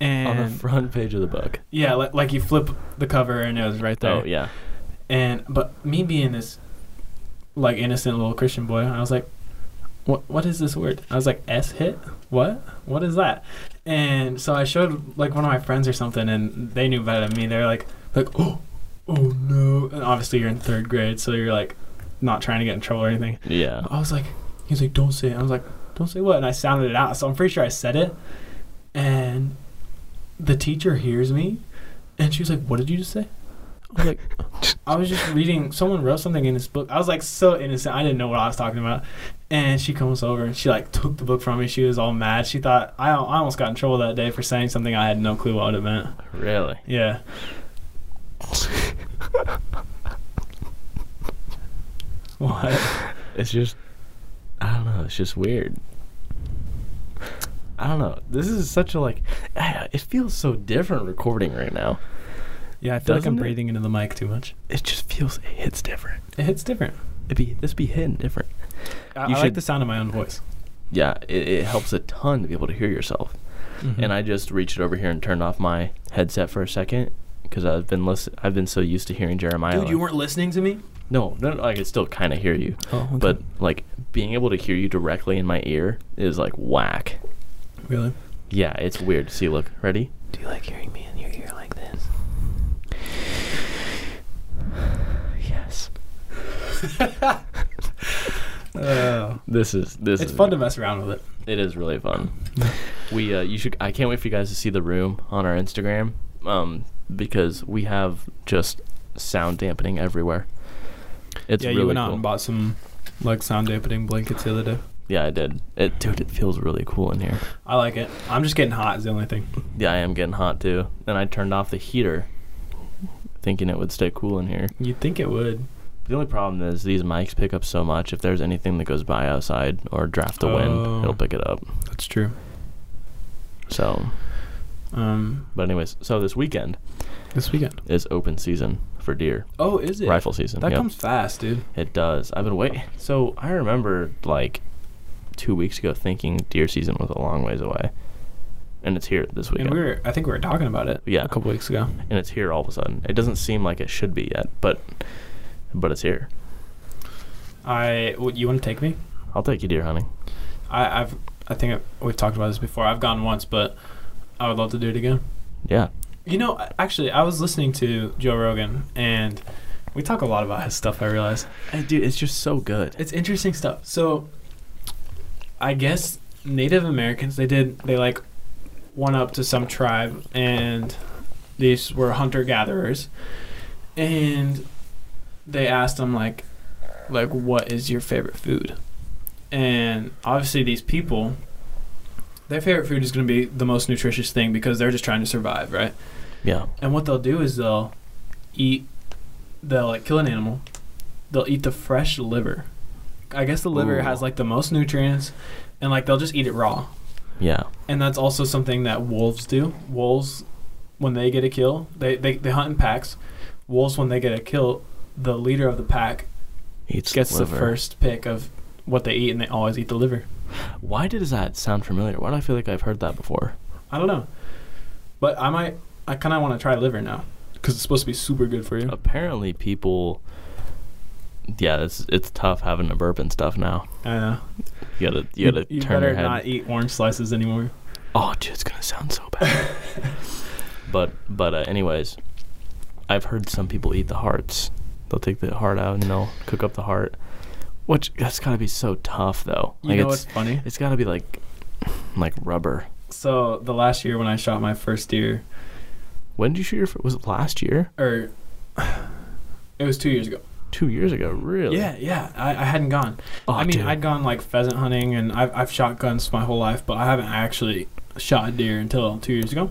Speaker 3: And
Speaker 2: On the front page of the book.
Speaker 3: yeah, like, like you flip the cover and it was right there.
Speaker 2: Oh yeah.
Speaker 3: And but me being this like innocent little Christian boy, I was like, "What? What is this word?" I was like, "S hit? What? What is that?" And so I showed like one of my friends or something, and they knew better than me. They're like, "Like oh, oh no!" And obviously you're in third grade, so you're like not trying to get in trouble or anything.
Speaker 2: Yeah.
Speaker 3: I was like, he's like, don't say it. I was like, don't say what? And I sounded it out. So I'm pretty sure I said it. And the teacher hears me and she's like, what did you just say? I was like, I was just reading, someone wrote something in this book. I was like, so innocent. I didn't know what I was talking about. And she comes over and she like took the book from me. She was all mad. She thought, I, I almost got in trouble that day for saying something I had no clue what it meant.
Speaker 2: Really?
Speaker 3: Yeah. what?
Speaker 2: It's just I don't know, it's just weird. I don't know. This is such a like eh, it feels so different recording right now.
Speaker 3: Yeah, I feel like I'm
Speaker 2: Doesn't it?
Speaker 3: breathing into the mic too much.
Speaker 2: It just feels it hits different.
Speaker 3: It hits different.
Speaker 2: It be this be hitting different.
Speaker 3: I,
Speaker 2: You
Speaker 3: I like
Speaker 2: should-
Speaker 3: the sound of my own voice.
Speaker 2: Yeah, it, it helps a ton to be able to hear yourself.
Speaker 3: Mm-hmm.
Speaker 2: and I just reached over here and turned off my headset for a second because I've been listen- I've been so used to hearing Jeremiah.
Speaker 3: dude,
Speaker 2: like-
Speaker 3: you weren't listening to me.
Speaker 2: no, no, no, I can still kind of hear you,
Speaker 3: Oh, okay.
Speaker 2: but like being able to hear you directly in my ear is like whack.
Speaker 3: really,
Speaker 2: Yeah, it's weird. See, look, ready?
Speaker 1: Do you like hearing me in your ear like this?
Speaker 2: Yes.
Speaker 3: oh.
Speaker 2: This is this.
Speaker 3: it's
Speaker 2: is
Speaker 3: fun to mess around with it.
Speaker 2: It is really fun. we uh, you should. I can't wait for you guys to see the room on our Instagram, um, because we have just sound dampening everywhere. It's
Speaker 3: yeah,
Speaker 2: really
Speaker 3: you went out
Speaker 2: cool.
Speaker 3: and bought some like sound dampening blankets the other day.
Speaker 2: Yeah, I did. It, dude, it feels really cool in here.
Speaker 3: I like it. I'm just getting hot is the only thing.
Speaker 2: Yeah, I am getting hot too. And I turned off the heater, thinking it would stay cool in here.
Speaker 3: You'd think it would.
Speaker 2: The only problem is these mics pick up so much. If there's anything that goes by outside or draft the
Speaker 3: Oh.
Speaker 2: wind, it'll pick it up.
Speaker 3: That's true.
Speaker 2: So,
Speaker 3: Um,
Speaker 2: but anyways, so this weekend
Speaker 3: this weekend.
Speaker 2: is open season for deer,
Speaker 3: Oh, is it
Speaker 2: rifle season.
Speaker 3: That
Speaker 2: yep.
Speaker 3: comes fast, dude.
Speaker 2: It does. I've been waiting. So I remember like two weeks ago thinking deer season was a long ways away, and it's here this weekend.
Speaker 3: And we were, I think we were talking about it.
Speaker 2: Yeah.
Speaker 3: a couple weeks ago.
Speaker 2: and it's here all of a sudden. It doesn't seem like it should be yet, but but it's here.
Speaker 3: I, w- you want to take me?
Speaker 2: I'll take you deer hunting.
Speaker 3: I, I've, I think I, we've talked about this before. I've gone once, but I would love to do it again.
Speaker 2: Yeah.
Speaker 3: You know, actually, I was listening to Joe Rogan, and We talk a lot about his stuff, I realize.
Speaker 2: Hey, dude, it's just so good.
Speaker 3: It's interesting stuff. So, I guess Native Americans they did they like went up to some tribe and these were hunter gatherers, and they asked them like, like what is your favorite food? And obviously these people, their favorite food is going to be the most nutritious thing because they're just trying to survive, right?
Speaker 2: Yeah.
Speaker 3: And what they'll do is they'll eat, they'll like kill an animal, they'll eat the fresh liver. I guess the liver
Speaker 2: Ooh.
Speaker 3: has like the most nutrients, and like they'll just eat it raw.
Speaker 2: Yeah.
Speaker 3: And that's also something that wolves do. Wolves, when they get a kill, they, they, they hunt in packs. Wolves, when they get a kill, the leader of the pack
Speaker 2: Eats
Speaker 3: gets
Speaker 2: liver.
Speaker 3: the first pick of what they eat, and they always eat the liver.
Speaker 2: Why did that sound familiar? Why do I feel like I've heard that before?
Speaker 3: I don't know. But I might, I kind of want to try liver now because it's supposed to be super good for you.
Speaker 2: Apparently, people. Yeah, it's it's tough having to burp and stuff now.
Speaker 3: I know.
Speaker 2: You gotta you gotta turn
Speaker 3: better
Speaker 2: your head.
Speaker 3: not eat orange slices anymore.
Speaker 2: Oh, dude, it's gonna sound so bad. but but uh, anyways, I've heard some people eat the hearts. They'll take the heart out and they'll cook up the heart, which that's gotta be so tough though.
Speaker 3: You
Speaker 2: Like
Speaker 3: know
Speaker 2: it's
Speaker 3: what's funny?
Speaker 2: it's gotta be like like rubber.
Speaker 3: So the last year when I shot my first deer,
Speaker 2: When did you shoot your? fir- Was it last year?
Speaker 3: or it was two years ago.
Speaker 2: Two years ago? Really?
Speaker 3: Yeah, yeah. I, I hadn't gone.
Speaker 2: Oh,
Speaker 3: I mean,
Speaker 2: dude.
Speaker 3: I'd gone like pheasant hunting and I've I've shot guns my whole life, but I haven't actually shot a deer until two years ago.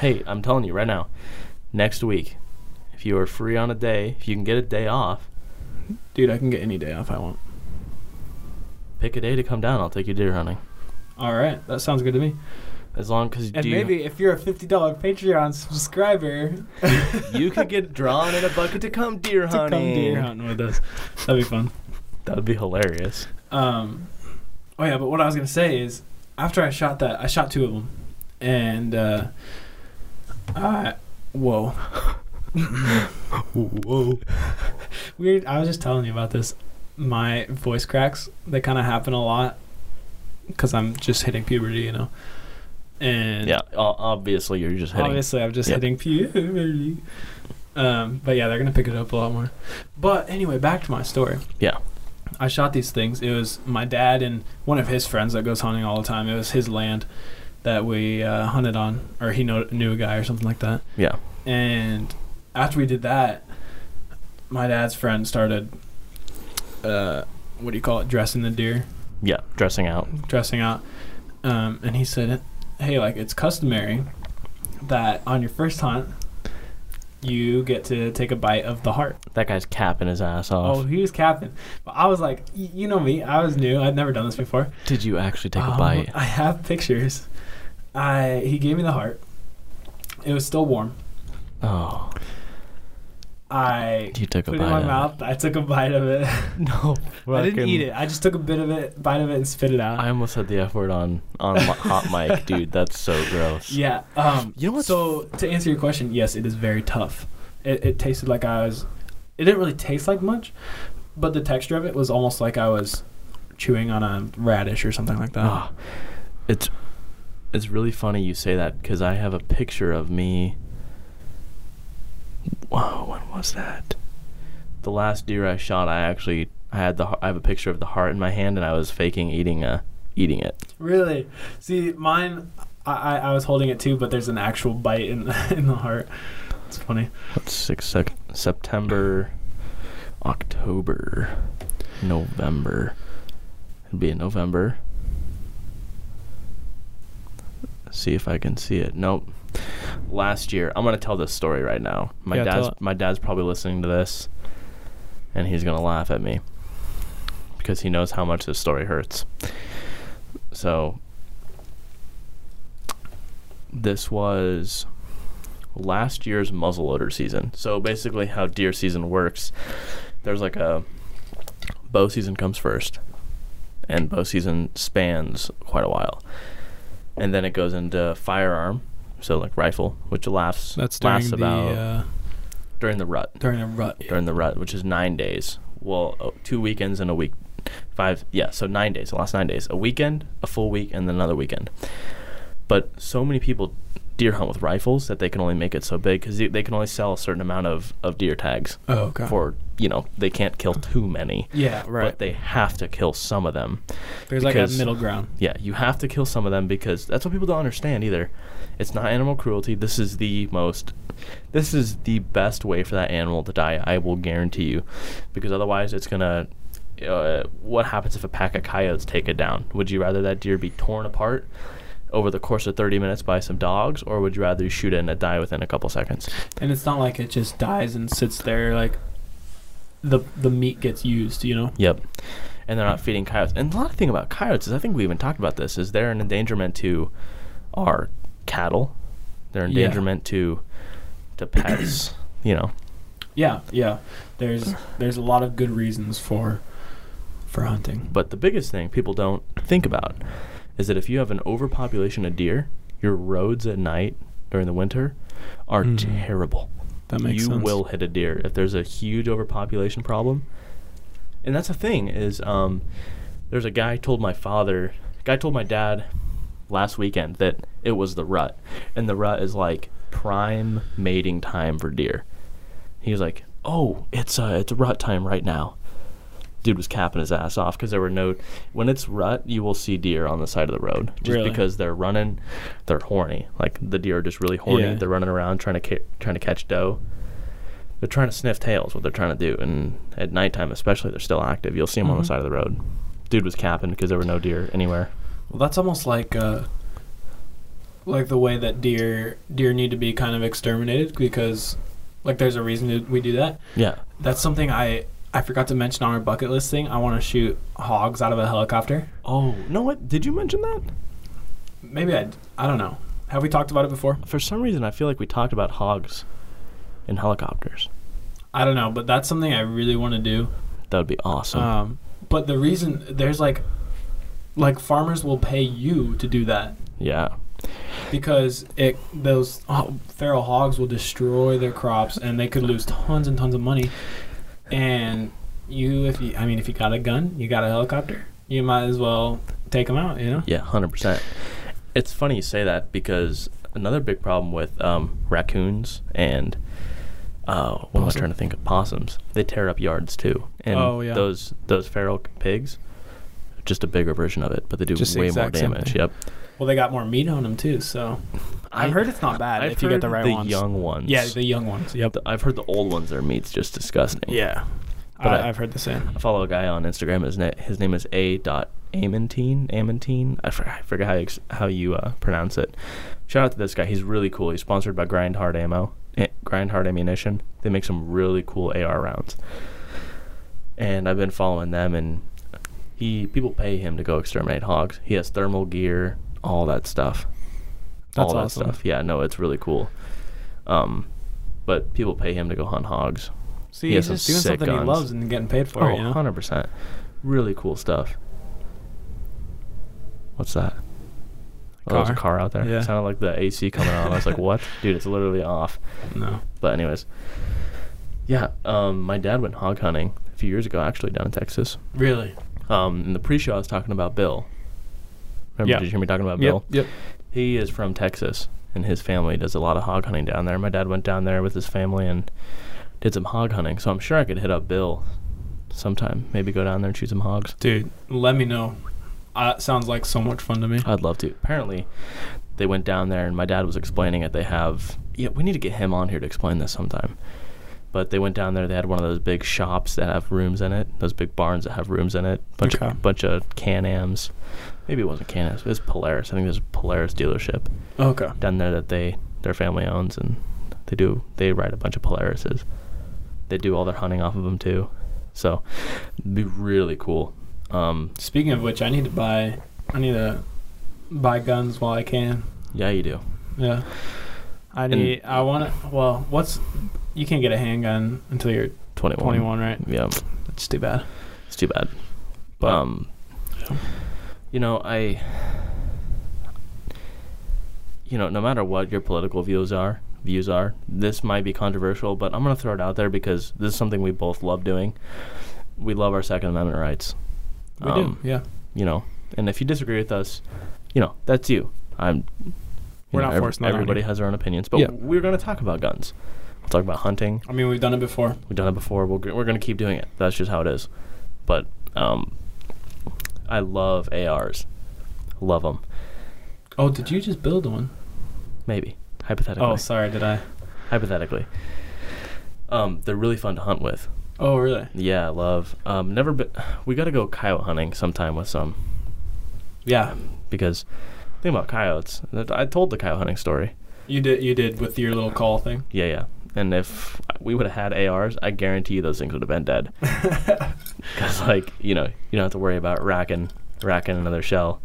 Speaker 2: Hey, I'm telling you right now, next week, if you are free on a day, if you can get a day off,
Speaker 3: Dude, I can get any day off I want.
Speaker 2: pick a day to come down. I'll take you deer hunting.
Speaker 3: All right, that sounds good to me.
Speaker 2: As long because
Speaker 3: And
Speaker 2: do
Speaker 3: maybe if you're a fifty dollar Patreon subscriber,
Speaker 2: you, you could get drawn in a bucket to come deer
Speaker 3: to come
Speaker 2: hunting.
Speaker 3: deer hunting with us, that'd be fun.
Speaker 2: That would be hilarious.
Speaker 3: Um, oh yeah, but what I was gonna say is, after I shot that, I shot two of them, and uh, I whoa,
Speaker 2: Whoa.
Speaker 3: weird. I was just telling you about this. My voice cracks they kind of happen a lot because I'm just hitting puberty, you know. And
Speaker 2: Yeah, o- obviously you're just hitting.
Speaker 3: obviously I'm just
Speaker 2: Yep.
Speaker 3: hitting puberty. Um, but yeah, they're gonna pick it up a lot more. But anyway, back to my story.
Speaker 2: Yeah.
Speaker 3: I shot these things. It was my dad and one of his friends that goes hunting all the time. It was his land that we uh, hunted on, or he know, knew a guy or something like that.
Speaker 2: Yeah.
Speaker 3: And after we did that, my dad's friend started, uh, what do you call it, dressing the deer,
Speaker 2: Yeah, dressing out.
Speaker 3: dressing out. Um, and he said, hey, like, it's customary that on your first hunt, you get to take a bite of the heart.
Speaker 2: That guy's capping his ass off.
Speaker 3: Oh, he was capping. But I was like, y- you know me, I was new, I'd never done this before.
Speaker 2: Oh, Did you actually take
Speaker 3: Um,
Speaker 2: a bite?
Speaker 3: I have pictures. I he gave me the heart. It was still warm.
Speaker 2: Oh,
Speaker 3: I
Speaker 2: you took a
Speaker 3: put it
Speaker 2: bite.
Speaker 3: in my
Speaker 2: of it.
Speaker 3: mouth. I took a bite of it.
Speaker 2: No,
Speaker 3: I didn't
Speaker 2: fucking-
Speaker 3: eat it. I just took a bit of it, bite of it, and spit it out.
Speaker 2: I almost said the F word on on mi- hot mic, dude. That's so gross.
Speaker 3: yeah. Um,
Speaker 2: You know what's
Speaker 3: So to answer your question, yes, it is very tough. It, it tasted like I was. It didn't really taste like much, but the texture of it was almost like I was chewing on a radish or something like that.
Speaker 2: Ah, it's it's really funny you say that because I have a picture of me. Wow, when was that? The last deer I shot, I actually I had the he- I have a picture of the heart in my hand, and I was faking eating a eating it.
Speaker 3: Really? See, mine, I, I, I was holding it too, but there's an actual bite in in the heart. It's funny.
Speaker 2: What's six sec- September, October, November? It'd be in November. See if I can see it. Nope. Last year, I'm gonna tell this story right now. My
Speaker 3: Yeah, tell
Speaker 2: dad's
Speaker 3: it.
Speaker 2: my dad's probably listening to this, and he's gonna laugh at me because he knows how much this story hurts. So this was last year's muzzleloader season. So basically, how deer season works, there's like a bow season comes first, and bow season spans quite a while, and then it goes into firearm, so like rifle, which lasts lasts about
Speaker 3: uh,
Speaker 2: during the rut
Speaker 3: during the rut.
Speaker 2: during the rut, which is nine days. Well, oh, two weekends and a week, five. Yeah, so nine days. The last nine days, a weekend, a full week, and then another weekend. But so many people deer hunt with rifles that they can only make it so big because they, they can only sell a certain amount of, of deer tags
Speaker 3: Oh god.
Speaker 2: for, you know, they can't kill too many.
Speaker 3: Yeah, right.
Speaker 2: But they have to kill some of them.
Speaker 3: There's like a
Speaker 2: because-
Speaker 3: middle ground.
Speaker 2: Yeah, you have to kill some of them because that's what people don't understand either. It's not animal cruelty. This is the most, this is the best way for that animal to die. I will guarantee you, because otherwise it's gonna. Uh, what happens if a pack of coyotes take it down? Would you rather that deer be torn apart over the course of 30 minutes by some dogs, or would you rather you shoot it and it die within a couple seconds?
Speaker 3: And it's not like it just dies and sits there like the the meat gets used, you know.
Speaker 2: Yep. And they're not feeding coyotes. And the lot of thing about coyotes is I think we even talked about this, is they're an endangerment to our cattle. They're an
Speaker 3: Yeah.
Speaker 2: endangerment to to pets, you know.
Speaker 3: Yeah, yeah. There's there's a lot of good reasons for for hunting.
Speaker 2: But the biggest thing people don't think about is that if you have an overpopulation of deer, your roads at night during the winter are
Speaker 3: Mm.
Speaker 2: terrible.
Speaker 3: That makes
Speaker 2: you
Speaker 3: sense.
Speaker 2: will hit a deer if there's a huge overpopulation problem and that's the thing is um, there's a guy told my father guy told my dad last weekend that it was the rut and the rut is like prime mating time for deer he was like oh it's uh it's rut time right now dude was capping his ass off because there were no when it's rut you will see deer on the side of the road just
Speaker 3: Really?
Speaker 2: because they're running they're horny like the deer are just really horny
Speaker 3: Yeah.
Speaker 2: they're running around trying to ca- trying to catch doe they're trying to sniff tails, what they're trying to do. And at nighttime, especially, they're still active. You'll see them on
Speaker 3: Mhm.
Speaker 2: the side of the road. Dude was capping because there were no deer anywhere.
Speaker 3: Well, that's almost like uh, like the way that deer deer need to be kind of exterminated because, like, there's a reason that we do that.
Speaker 2: Yeah.
Speaker 3: That's something I I forgot to mention on our bucket list thing. I want to shoot hogs out of a helicopter.
Speaker 2: Oh, no, what? Did you mention that?
Speaker 3: Maybe I I don't know. Have we talked about it before?
Speaker 2: For some reason, I feel like we talked about hogs and helicopters.
Speaker 3: I don't know, but that's something I really want to do.
Speaker 2: That would be awesome.
Speaker 3: Um, but the reason there's like like farmers will pay you to do that
Speaker 2: yeah.
Speaker 3: because it those ho- feral hogs will destroy their crops and they could lose tons and tons of money. And you, if you, I mean, if you got a gun, you got a helicopter, you might as well take them out. You know?
Speaker 2: Yeah, 100%. It's funny you say that because another big problem with um, raccoons and. Uh, what am I
Speaker 3: Possum.
Speaker 2: trying to think of? Possums. They tear up yards too, and
Speaker 3: Oh, yeah.
Speaker 2: those those feral pigs, just a bigger version of it, but they do
Speaker 3: Just the
Speaker 2: way more
Speaker 3: exact same
Speaker 2: damage.
Speaker 3: thing.
Speaker 2: Yep.
Speaker 3: Well, they got more meat on them too, so I've
Speaker 2: I-
Speaker 3: heard it's not bad
Speaker 2: I've
Speaker 3: if you get the
Speaker 2: heard
Speaker 3: right ones.
Speaker 2: young ones.
Speaker 3: yeah, the young ones. Yep.
Speaker 2: The- I've heard the old ones. Their meat's just disgusting.
Speaker 3: yeah,
Speaker 2: But
Speaker 3: I,
Speaker 2: I-
Speaker 3: I've heard the same.
Speaker 2: I follow a guy on Instagram. His, na- his name is A. Dot Amentine. Amentine. I, for- I forget how you, ex- how you uh, pronounce it. Shout out to this guy. He's really cool. He's sponsored by Grind Hard Ammo, eh, Grind Hard Ammunition. They make some really cool AR rounds. And I've been following them, and he people pay him to go exterminate hogs. He has thermal gear, all that stuff.
Speaker 3: That's
Speaker 2: all that
Speaker 3: awesome.
Speaker 2: stuff. Yeah, no, it's really cool. Um, but people pay him to go hunt hogs.
Speaker 3: See,
Speaker 2: He
Speaker 3: he's
Speaker 2: has
Speaker 3: just
Speaker 2: some
Speaker 3: doing
Speaker 2: sick
Speaker 3: something he
Speaker 2: guns.
Speaker 3: loves and getting paid for
Speaker 2: Oh,
Speaker 3: it. You know?
Speaker 2: 100%. Really cool stuff. What's that? Oh, there's a
Speaker 3: Car.
Speaker 2: car out there.
Speaker 3: Yeah.
Speaker 2: It sounded like the AC coming on. I was like, what? Dude, it's literally off.
Speaker 3: No.
Speaker 2: But, anyways, yeah, um, my dad went hog hunting a few years ago, actually, down in Texas.
Speaker 3: Really?
Speaker 2: Um, in the pre show, I was talking about Bill. Remember,
Speaker 3: Yeah.
Speaker 2: did you hear me talking about Uh, Bill?
Speaker 3: Yep. Yep.
Speaker 2: He is from Texas, and his family does a lot of hog hunting down there. My dad went down there with his family and did some hog hunting, so I'm sure I could hit up Bill sometime. Maybe go down there and shoot some hogs.
Speaker 3: Dude, let me know. Uh, sounds like so much fun to me.
Speaker 2: I'd love to. Apparently, they went down there, and my dad was explaining it. They have yeah, we need to get him on here to explain this sometime. But they went down there. They had one of those big shops that have rooms in it. Those big barns that have rooms in it. Bunch
Speaker 3: Okay.
Speaker 2: of bunch of Can-Ams. Maybe it wasn't Can-Ams. It was Polaris. I think there's a Polaris dealership
Speaker 3: Okay.
Speaker 2: down there that they their family owns, and they do they ride a bunch of Polarises. They do all their hunting off of them too, so it'd be really cool. Um,
Speaker 3: Speaking of which, I need to buy. I need to buy guns while I can.
Speaker 2: yeah, you do.
Speaker 3: Yeah. I
Speaker 2: And-
Speaker 3: need. I want to. Well, what's? You can't get a handgun until you're
Speaker 2: Twenty one.
Speaker 3: 21, right?
Speaker 2: Yeah,
Speaker 3: That's too bad.
Speaker 2: it's too bad.
Speaker 3: But
Speaker 2: um, you know, I, you know, no matter what your political views are, views are, this might be controversial, but I'm gonna throw it out there because this is something we both love doing. We love our Second Amendment rights.
Speaker 3: we
Speaker 2: um,
Speaker 3: do. Yeah.
Speaker 2: You know, and if you disagree with us, you know, that's you. I'm. you
Speaker 3: We're not forcing that on you.
Speaker 2: Everybody has their own opinions, but
Speaker 5: Yeah.
Speaker 2: we're going to talk about guns. We'll talk about hunting.
Speaker 3: I mean, we've done it before.
Speaker 2: We've done it before. We're, g- we're going to keep doing it. That's just how it is. But um, I love ARs. Love them.
Speaker 3: Oh, did you just build one?
Speaker 2: Maybe hypothetically.
Speaker 3: Oh, sorry, did I?
Speaker 2: hypothetically. Um, they're really fun to hunt with.
Speaker 3: Oh, really?
Speaker 2: Yeah, I love. Um, never been. We got to go coyote hunting sometime with some
Speaker 3: Yeah,
Speaker 2: because think about coyotes. That- I told the coyote hunting story.
Speaker 3: you did. You did with your little call thing.
Speaker 2: Yeah, yeah. And if we would have had ARs, I guarantee you those things would have been dead. Because like you know you don't have to worry about racking racking another shell.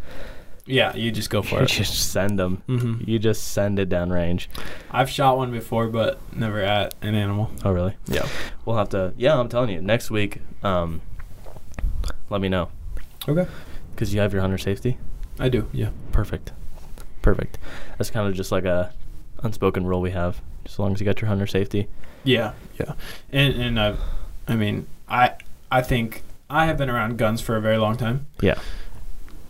Speaker 3: Yeah, you just go for
Speaker 2: You
Speaker 3: it.
Speaker 2: just send them.
Speaker 3: Mhm.
Speaker 2: You just send it downrange.
Speaker 3: I've shot one before, but never at an animal.
Speaker 2: Oh really?
Speaker 3: Yeah.
Speaker 2: We'll have to. Yeah, I'm telling you. Next week, um, let me know
Speaker 3: Okay.
Speaker 2: because you have your hunter safety.
Speaker 3: I do. Yeah.
Speaker 2: Perfect. Perfect. That's kind of just like a unspoken rule we have. As long as you got your hunter safety.
Speaker 3: Yeah, yeah, and and I, I mean, I I think I have been around guns for a very long time,
Speaker 2: Yeah.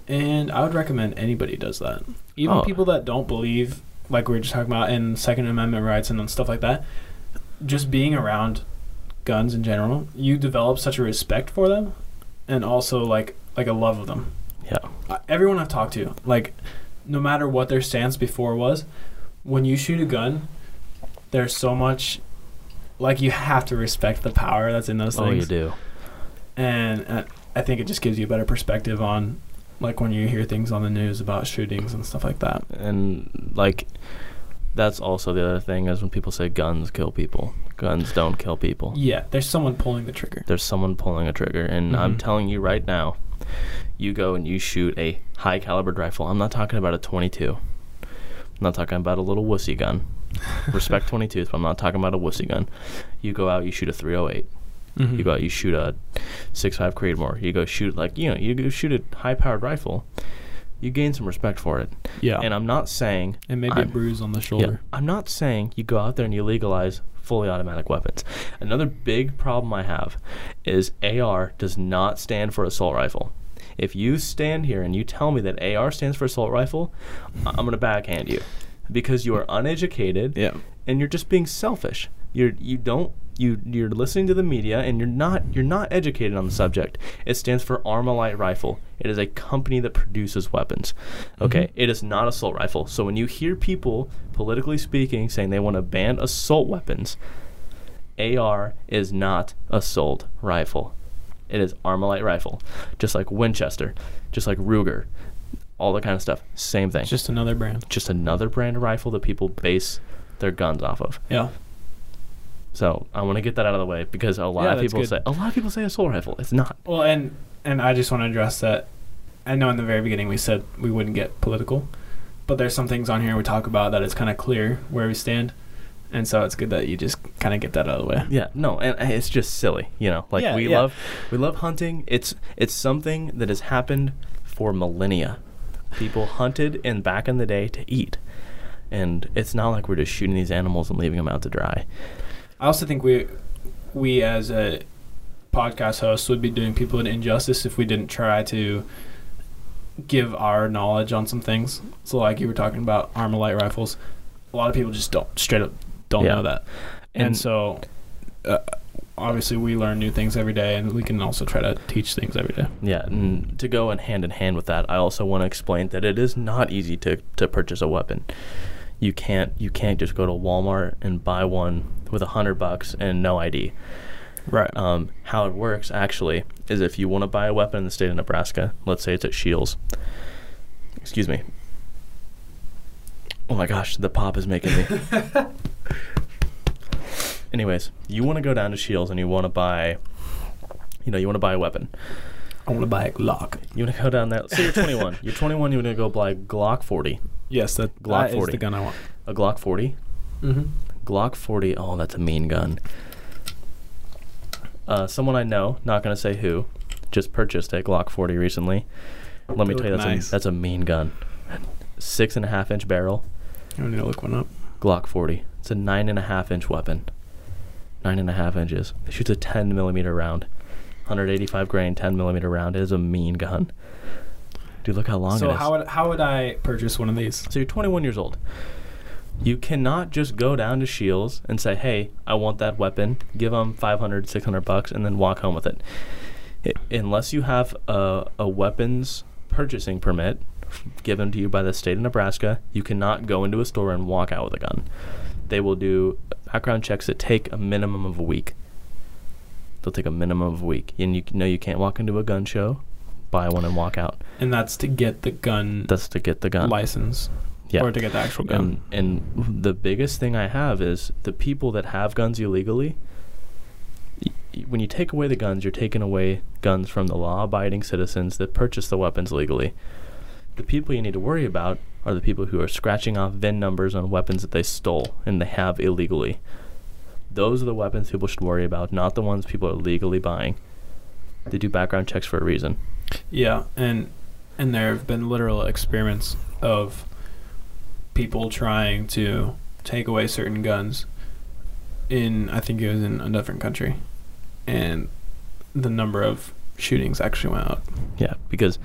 Speaker 3: and I would recommend anybody does that, even
Speaker 2: Oh.
Speaker 3: people that don't believe, like we were just talking about in Second Amendment rights and stuff like that. Just being around guns in general, you develop such a respect for them, and also like like a love of them
Speaker 2: Yeah.
Speaker 3: uh, everyone I've talked to, like, no matter what their stance before was, when you shoot a gun, there's so much, like, you have to respect the power that's in those
Speaker 2: Oh, you
Speaker 3: things.
Speaker 2: do.
Speaker 3: And uh, I think it just gives you a better perspective on, like, when you hear things on the news about shootings and stuff like that.
Speaker 2: And like, that's also the other thing is when people say guns kill people. Guns don't kill people.
Speaker 3: Yeah, there's someone pulling the trigger.
Speaker 2: There's someone pulling a trigger, and I'm
Speaker 3: Mhm.
Speaker 2: telling you right now, you go and you shoot a high calibered rifle. I'm not talking about a 22. I'm not talking about a little wussy gun. Respect 22s, but I'm not talking about a wussy gun. You go out, you shoot a 308.
Speaker 3: Mhm.
Speaker 2: You go out, you shoot a six-five Creedmoor. You go shoot like you know, you go shoot a high-powered rifle. You gain some respect for it.
Speaker 3: Yeah.
Speaker 2: And I'm not saying
Speaker 3: and maybe a
Speaker 2: I'm-
Speaker 3: bruise on the
Speaker 2: yeah,
Speaker 3: shoulder.
Speaker 2: I'm not saying you go out there and you legalize fully automatic weapons. Another big problem I have is AR does not stand for assault rifle. If you stand here and you tell me that AR stands for assault rifle, I- I'm going to backhand you because you are uneducated
Speaker 5: Yeah.
Speaker 2: and you're just being selfish. You're you don't you you're listening to the media and you're not you're not educated on the subject. It stands for Armalite Rifle. It is a company that produces weapons. Okay, It is not assault rifle. So when you hear people politically speaking saying they want to ban assault weapons, AR is not assault rifle. It is Armalite rifle, just like Winchester, just like Ruger, all that kind of stuff. Same thing
Speaker 3: It's just another brand.
Speaker 2: just another brand of rifle that people base their guns off of.
Speaker 3: Yeah.
Speaker 2: So I want to get that out of the way because a lot
Speaker 3: Yeah,
Speaker 2: of
Speaker 3: that's
Speaker 2: people
Speaker 3: good.
Speaker 2: say a lot of people say assault rifle. It's not.
Speaker 3: Well, and and I just want to address that. I know in the very beginning we said we wouldn't get political, but there's some things on here we talk about that it's kind of clear where we stand, and so it's good that you just kind of get that out of the way.
Speaker 2: Yeah, no, and and it's just silly, you know. Like
Speaker 3: Yeah,
Speaker 2: we
Speaker 3: yeah.
Speaker 2: love we love hunting. It's it's something that has happened for millennia. People hunted and back in the day to eat. And it's not like we're just shooting these animals and leaving them out to dry.
Speaker 3: I also think we we as a podcast host would be doing people an injustice if we didn't try to give our knowledge on some things. So like you were talking about armor light rifles, a lot of people just don't straight up don't
Speaker 2: Yeah.
Speaker 3: know that. and,
Speaker 2: And,
Speaker 3: so uh, obviously we learn new things every day and we can also try to teach things every day
Speaker 2: yeah, and to go in hand in hand with that, I also want to explain that it is not easy to, to purchase a weapon. You can't you can't just go to Walmart and buy one with a hundred bucks and no ID.
Speaker 3: right
Speaker 2: Um, how it works actually is if you want to buy a weapon in the state of Nebraska, let's say it's at Shields. Excuse me. Oh my gosh, the pop is making me. Anyways, you want to go down to Shields and you want to buy, you know, you want to buy a weapon.
Speaker 3: i want to buy a glock
Speaker 2: You want to go down there. Say you're 21. you're 21. You want to go buy a Glock 40.
Speaker 3: yes that,
Speaker 2: Glock
Speaker 3: that is
Speaker 2: 40.
Speaker 3: the gun i want
Speaker 2: A Glock 40.
Speaker 3: mm-hmm.
Speaker 2: Glock 40. Oh, that's a mean gun. Uh, someone I know, not gonna say who, just purchased a Glock 40 recently. Let me
Speaker 3: They
Speaker 2: tell you,
Speaker 3: look
Speaker 2: that's
Speaker 3: nice.
Speaker 2: a that's a mean gun. Six and a half inch barrel,
Speaker 3: i need to look one up
Speaker 2: Glock 40. It's a nine and a half inch weapon. Nine and a half inches. It shoots a 10 millimeter round, 185 grain, 10 millimeter round. It is a mean gun. Dude, look how long
Speaker 3: so
Speaker 2: it is.
Speaker 3: how would how would I purchase one of these?
Speaker 2: so you're 21 years old. You cannot just go down to Shields and say, "Hey, I want that weapon." Give them 500, 600 bucks, and then walk home with it. I unless you have a, a weapons purchasing permit f- given to you by the state of Nebraska, you cannot go into a store and walk out with a gun. They will do background checks that take a minimum of a week. They'll take a minimum of a week, and you know you can't walk into a gun show, buy one, and walk out.
Speaker 3: And that's to get the gun
Speaker 2: That's to get the gun.
Speaker 3: license.
Speaker 2: Yeah.
Speaker 3: Or to get the actual gun.
Speaker 2: And, and the biggest thing I have is the people that have guns illegally. y- y- When you take away the guns, you're taking away guns from the law-abiding citizens that purchase the weapons legally. The people you need to worry about are the people who are scratching off VIN numbers on weapons that they stole and they have illegally. Those are the weapons people should worry about, not the ones people are legally buying. They do background checks for a reason.
Speaker 3: Yeah, and and there have been literal experiments of people trying to take away certain guns in I think it was in a different country. And the number of shootings actually went up.
Speaker 2: Yeah, because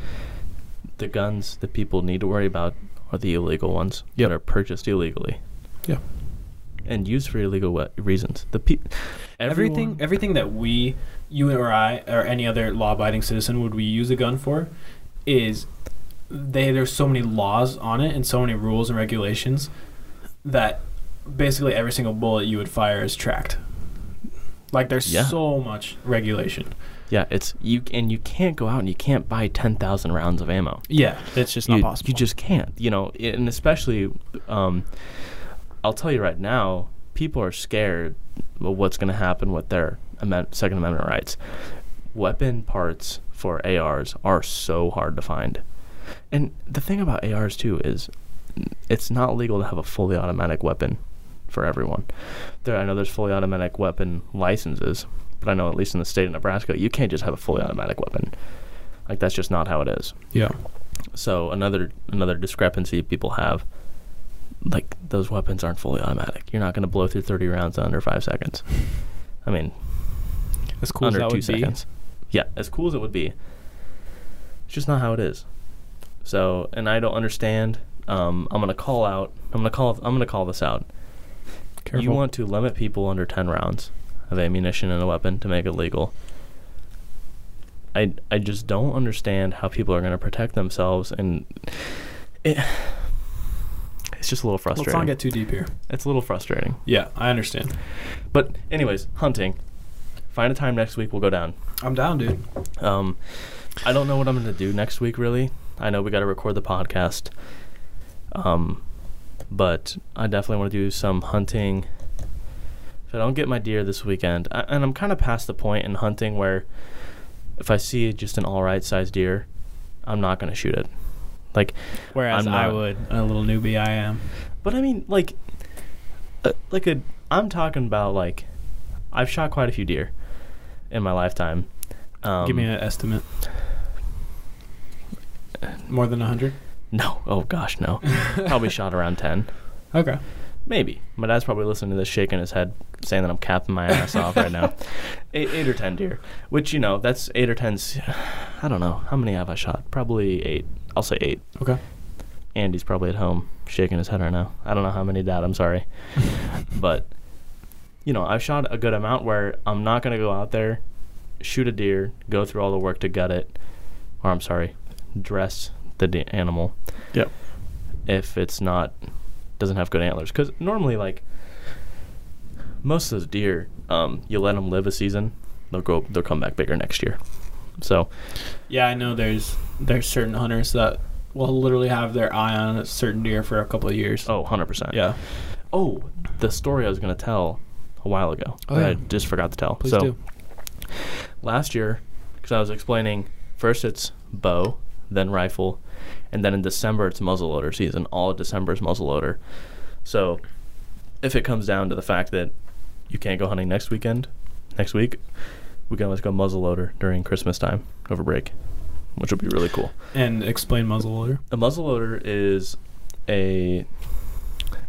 Speaker 2: the guns that people need to worry about are the illegal ones
Speaker 3: Yep.
Speaker 2: that are purchased illegally.
Speaker 3: Yeah.
Speaker 2: And used for illegal we- reasons. The pe-
Speaker 3: everything
Speaker 2: everyone-
Speaker 3: everything that we you or I or any other law abiding citizen would we use a gun for is they there's so many laws on it and so many rules and regulations that basically every single bullet you would fire is tracked. Like there's
Speaker 2: Yeah.
Speaker 3: so much regulation.
Speaker 2: Yeah, it's you and you can't go out and you can't buy ten thousand rounds of ammo.
Speaker 3: Yeah, it's just
Speaker 2: you, You just can't, you know, i- and especially, um, I'll tell you right now, people are scared of what's going to happen with their amend- Second Amendment rights. Weapon parts for ARs are so hard to find. And the thing about ARs, too, is it's not legal to have a fully automatic weapon for everyone. There, I know there's fully automatic weapon licenses, but I know at least in the state of Nebraska, you can't just have a fully automatic weapon. Like, that's just not how it is.
Speaker 3: yeah.
Speaker 2: So another another discrepancy people have, like those weapons aren't fully automatic. You're not going to blow through 30 rounds in under five seconds. I mean,
Speaker 3: As cool
Speaker 2: under
Speaker 3: as that
Speaker 2: two
Speaker 3: would
Speaker 2: seconds. Yeah, as cool as it would be, it's just not how it is. So, and I don't understand. Um, I'm gonna call out. I'm gonna call. I'm gonna call this out.
Speaker 3: be. Careful.
Speaker 2: You want to limit people under 10 rounds of ammunition and a weapon to make it legal. I, I just don't understand how people are going to protect themselves, and it, it's just a little
Speaker 3: Let's
Speaker 2: frustrating.
Speaker 3: not get too deep here.
Speaker 2: it's a little frustrating.
Speaker 3: Yeah, I understand.
Speaker 2: But, anyways, hunting. Find a time next week, we'll go down.
Speaker 3: I'm down, dude.
Speaker 2: Um, I don't know what I'm going to do next week, really. I know we got to record the podcast. Um, but I definitely want to do some hunting. If I don't get my deer this weekend, I, and I'm kind of past the point in hunting where if I see just an all right sized deer, I'm not going to shoot it. Like,
Speaker 3: Whereas
Speaker 2: I'm
Speaker 3: I
Speaker 2: not-
Speaker 3: would, a little newbie I am.
Speaker 2: but I mean, like, uh, like a. I'm talking about like, I've shot quite a few deer in my lifetime. Um,
Speaker 3: Give me an estimate. More than 100?
Speaker 2: No. Oh gosh, no. probably shot around ten.
Speaker 3: Okay.
Speaker 2: Maybe. My dad's probably listening to this shaking his head, saying that I'm capping my ass off right now. Eight, eight or ten deer. Which, you know, that's eight or ten's I don't know. How many have I shot? Probably eight. I'll say eight.
Speaker 3: Okay.
Speaker 2: Andy's probably at home shaking his head right now. I don't know how many dad, I'm sorry. but you know, I've shot a good amount where I'm not gonna go out there, shoot a deer, go through all the work to gut it, or I'm sorry, dress the de- animal
Speaker 3: Yep.
Speaker 2: if it's not doesn't have good antlers because normally like most of those deer um, you let them live a season they'll grow they'll come back bigger next year so
Speaker 3: Yeah, I know there's there's certain hunters that will literally have their eye on a certain deer for a couple of years.
Speaker 2: oh 100%
Speaker 3: Yeah.
Speaker 2: oh the story i was going to tell a while ago
Speaker 3: Oh,
Speaker 2: that
Speaker 3: yeah.
Speaker 2: i just forgot to tell
Speaker 3: Please
Speaker 2: so
Speaker 3: do.
Speaker 2: last year because i was explaining first it's bow then rifle and then in december it's muzzleloader season all of december is muzzleloader so if it comes down to the fact that you can't go hunting next weekend next week we can always go muzzleloader during christmas time over break which would be really cool
Speaker 3: And explain muzzleloader.
Speaker 2: a muzzleloader is a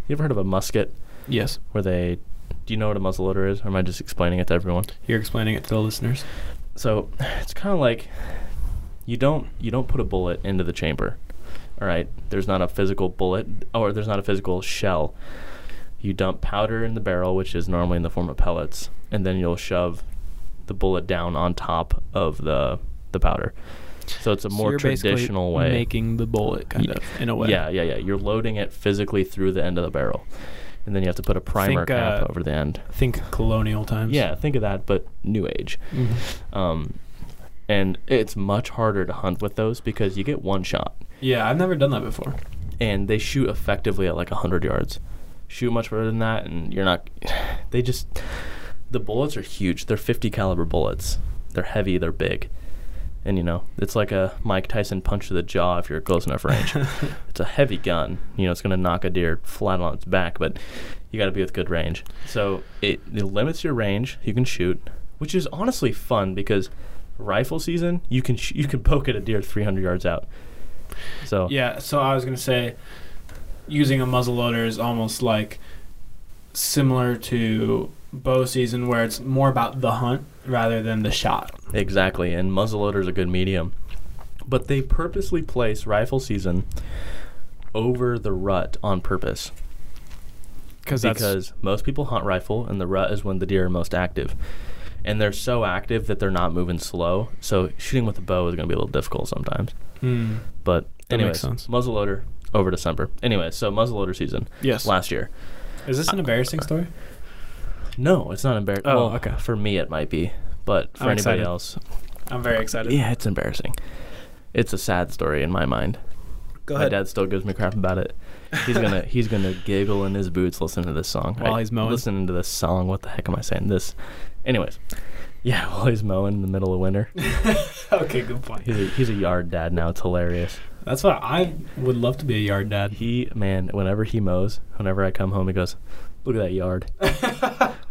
Speaker 2: you ever heard of a musket
Speaker 3: Yes.
Speaker 2: where they do you know what a muzzleloader is or am i just explaining it to everyone
Speaker 3: You're explaining it to the listeners.
Speaker 2: so it's kind of like you don't you don't put a bullet into the chamber. All right, there's not a physical bullet or there's not a physical shell. You dump powder in the barrel, which is normally in the form of pellets, and then you'll shove the bullet down on top of the the powder. So it's a more
Speaker 3: you're basically
Speaker 2: traditional way.
Speaker 3: Making the bullet kind
Speaker 2: Ye-
Speaker 3: of in a way.
Speaker 2: Yeah, yeah, yeah. You're loading it physically through the end of the barrel, and then you have to put a primer
Speaker 3: Think,
Speaker 2: cap
Speaker 3: uh,
Speaker 2: over the end.
Speaker 3: Think colonial times.
Speaker 2: Yeah, think of that, but new age.
Speaker 3: Mhm.
Speaker 2: Um, and it's much harder to hunt with those because you get one shot,
Speaker 3: Yeah, I've never done that before.
Speaker 2: and they shoot effectively at like hundred yards. Shoot much further than that, and you're not. They just the bullets are huge. They're 50 caliber bullets. They're heavy. They're big. And you know, it's like a Mike Tyson punch to the jaw if you're at close enough range. it's a heavy gun. You know, it's going to knock a deer flat on its back, but you got to be with good range. So it, it limits your range. You can shoot, which is honestly fun because rifle season, you can sh- you can poke at a deer 300 yards out. So
Speaker 3: Yeah, so I was gonna say, using a muzzle loader is almost like similar to bow season, where it's more about the hunt rather than the shot.
Speaker 2: Exactly, and muzzleloader is a good medium. But they purposely place rifle season over the rut on purpose
Speaker 3: Cause
Speaker 2: because most people hunt rifle, and the rut is when the deer are most active. And they're so active that they're not moving slow, so shooting with a bow is going to be a little difficult sometimes.
Speaker 3: Mm,
Speaker 2: But
Speaker 3: That
Speaker 2: anyways,
Speaker 3: makes sense.
Speaker 2: muzzleloader over December. Anyway, so muzzleloader season
Speaker 3: yes.
Speaker 2: last year.
Speaker 3: Is this an embarrassing story?
Speaker 2: No, it's not embarrassing.
Speaker 3: Oh,
Speaker 2: well,
Speaker 3: okay.
Speaker 2: For me, it might be, but for
Speaker 3: I'm
Speaker 2: anybody
Speaker 3: excited.
Speaker 2: else,
Speaker 3: I'm very excited.
Speaker 2: yeah, it's embarrassing. It's a sad story in my mind.
Speaker 3: Go
Speaker 2: My dad still gives me crap about it. He's gonna he's gonna giggle in his boots listening to this song.
Speaker 3: While he's mowing.
Speaker 2: Listening to this song. What the heck am I saying? This anyways. Yeah, while he's mowing in the middle of winter.
Speaker 3: okay, good point.
Speaker 2: He's a, he's a yard dad now. It's hilarious.
Speaker 3: That's what I would love to be a yard dad.
Speaker 2: He man, whenever he mows, whenever I come home, he goes, "Look at that yard!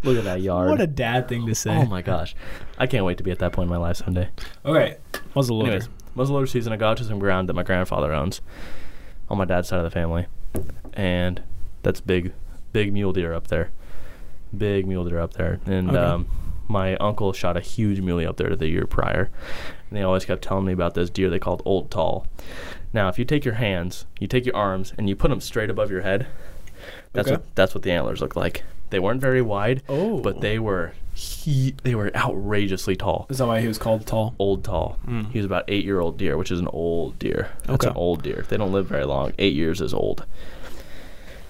Speaker 2: Look at that yard!"
Speaker 3: What a dad thing to say.
Speaker 2: oh my gosh, I can't wait to be at that point in my life someday.
Speaker 3: Okay, muzzle loader.
Speaker 2: Anyways, muzzleloader season, I got to some ground that my grandfather owns on my dad's side of the family, and that's big, big mule deer up there, big mule deer up there, and
Speaker 3: Okay.
Speaker 2: um, my uncle shot a huge muley up there the year prior, and they always kept telling me about this deer they called Old Tall. Now, if you take your hands, you take your arms, and you put them straight above your head, that's
Speaker 3: Okay.
Speaker 2: what that's what the antlers look like. They weren't very wide,
Speaker 3: Oh.
Speaker 2: but they were he, they were outrageously tall
Speaker 3: Is that why he was called tall?
Speaker 2: old tall. He was about eight year old deer, which is an old deer. That's
Speaker 3: Mm. Okay.
Speaker 2: an old deer. They don't live very long. Eight years is old.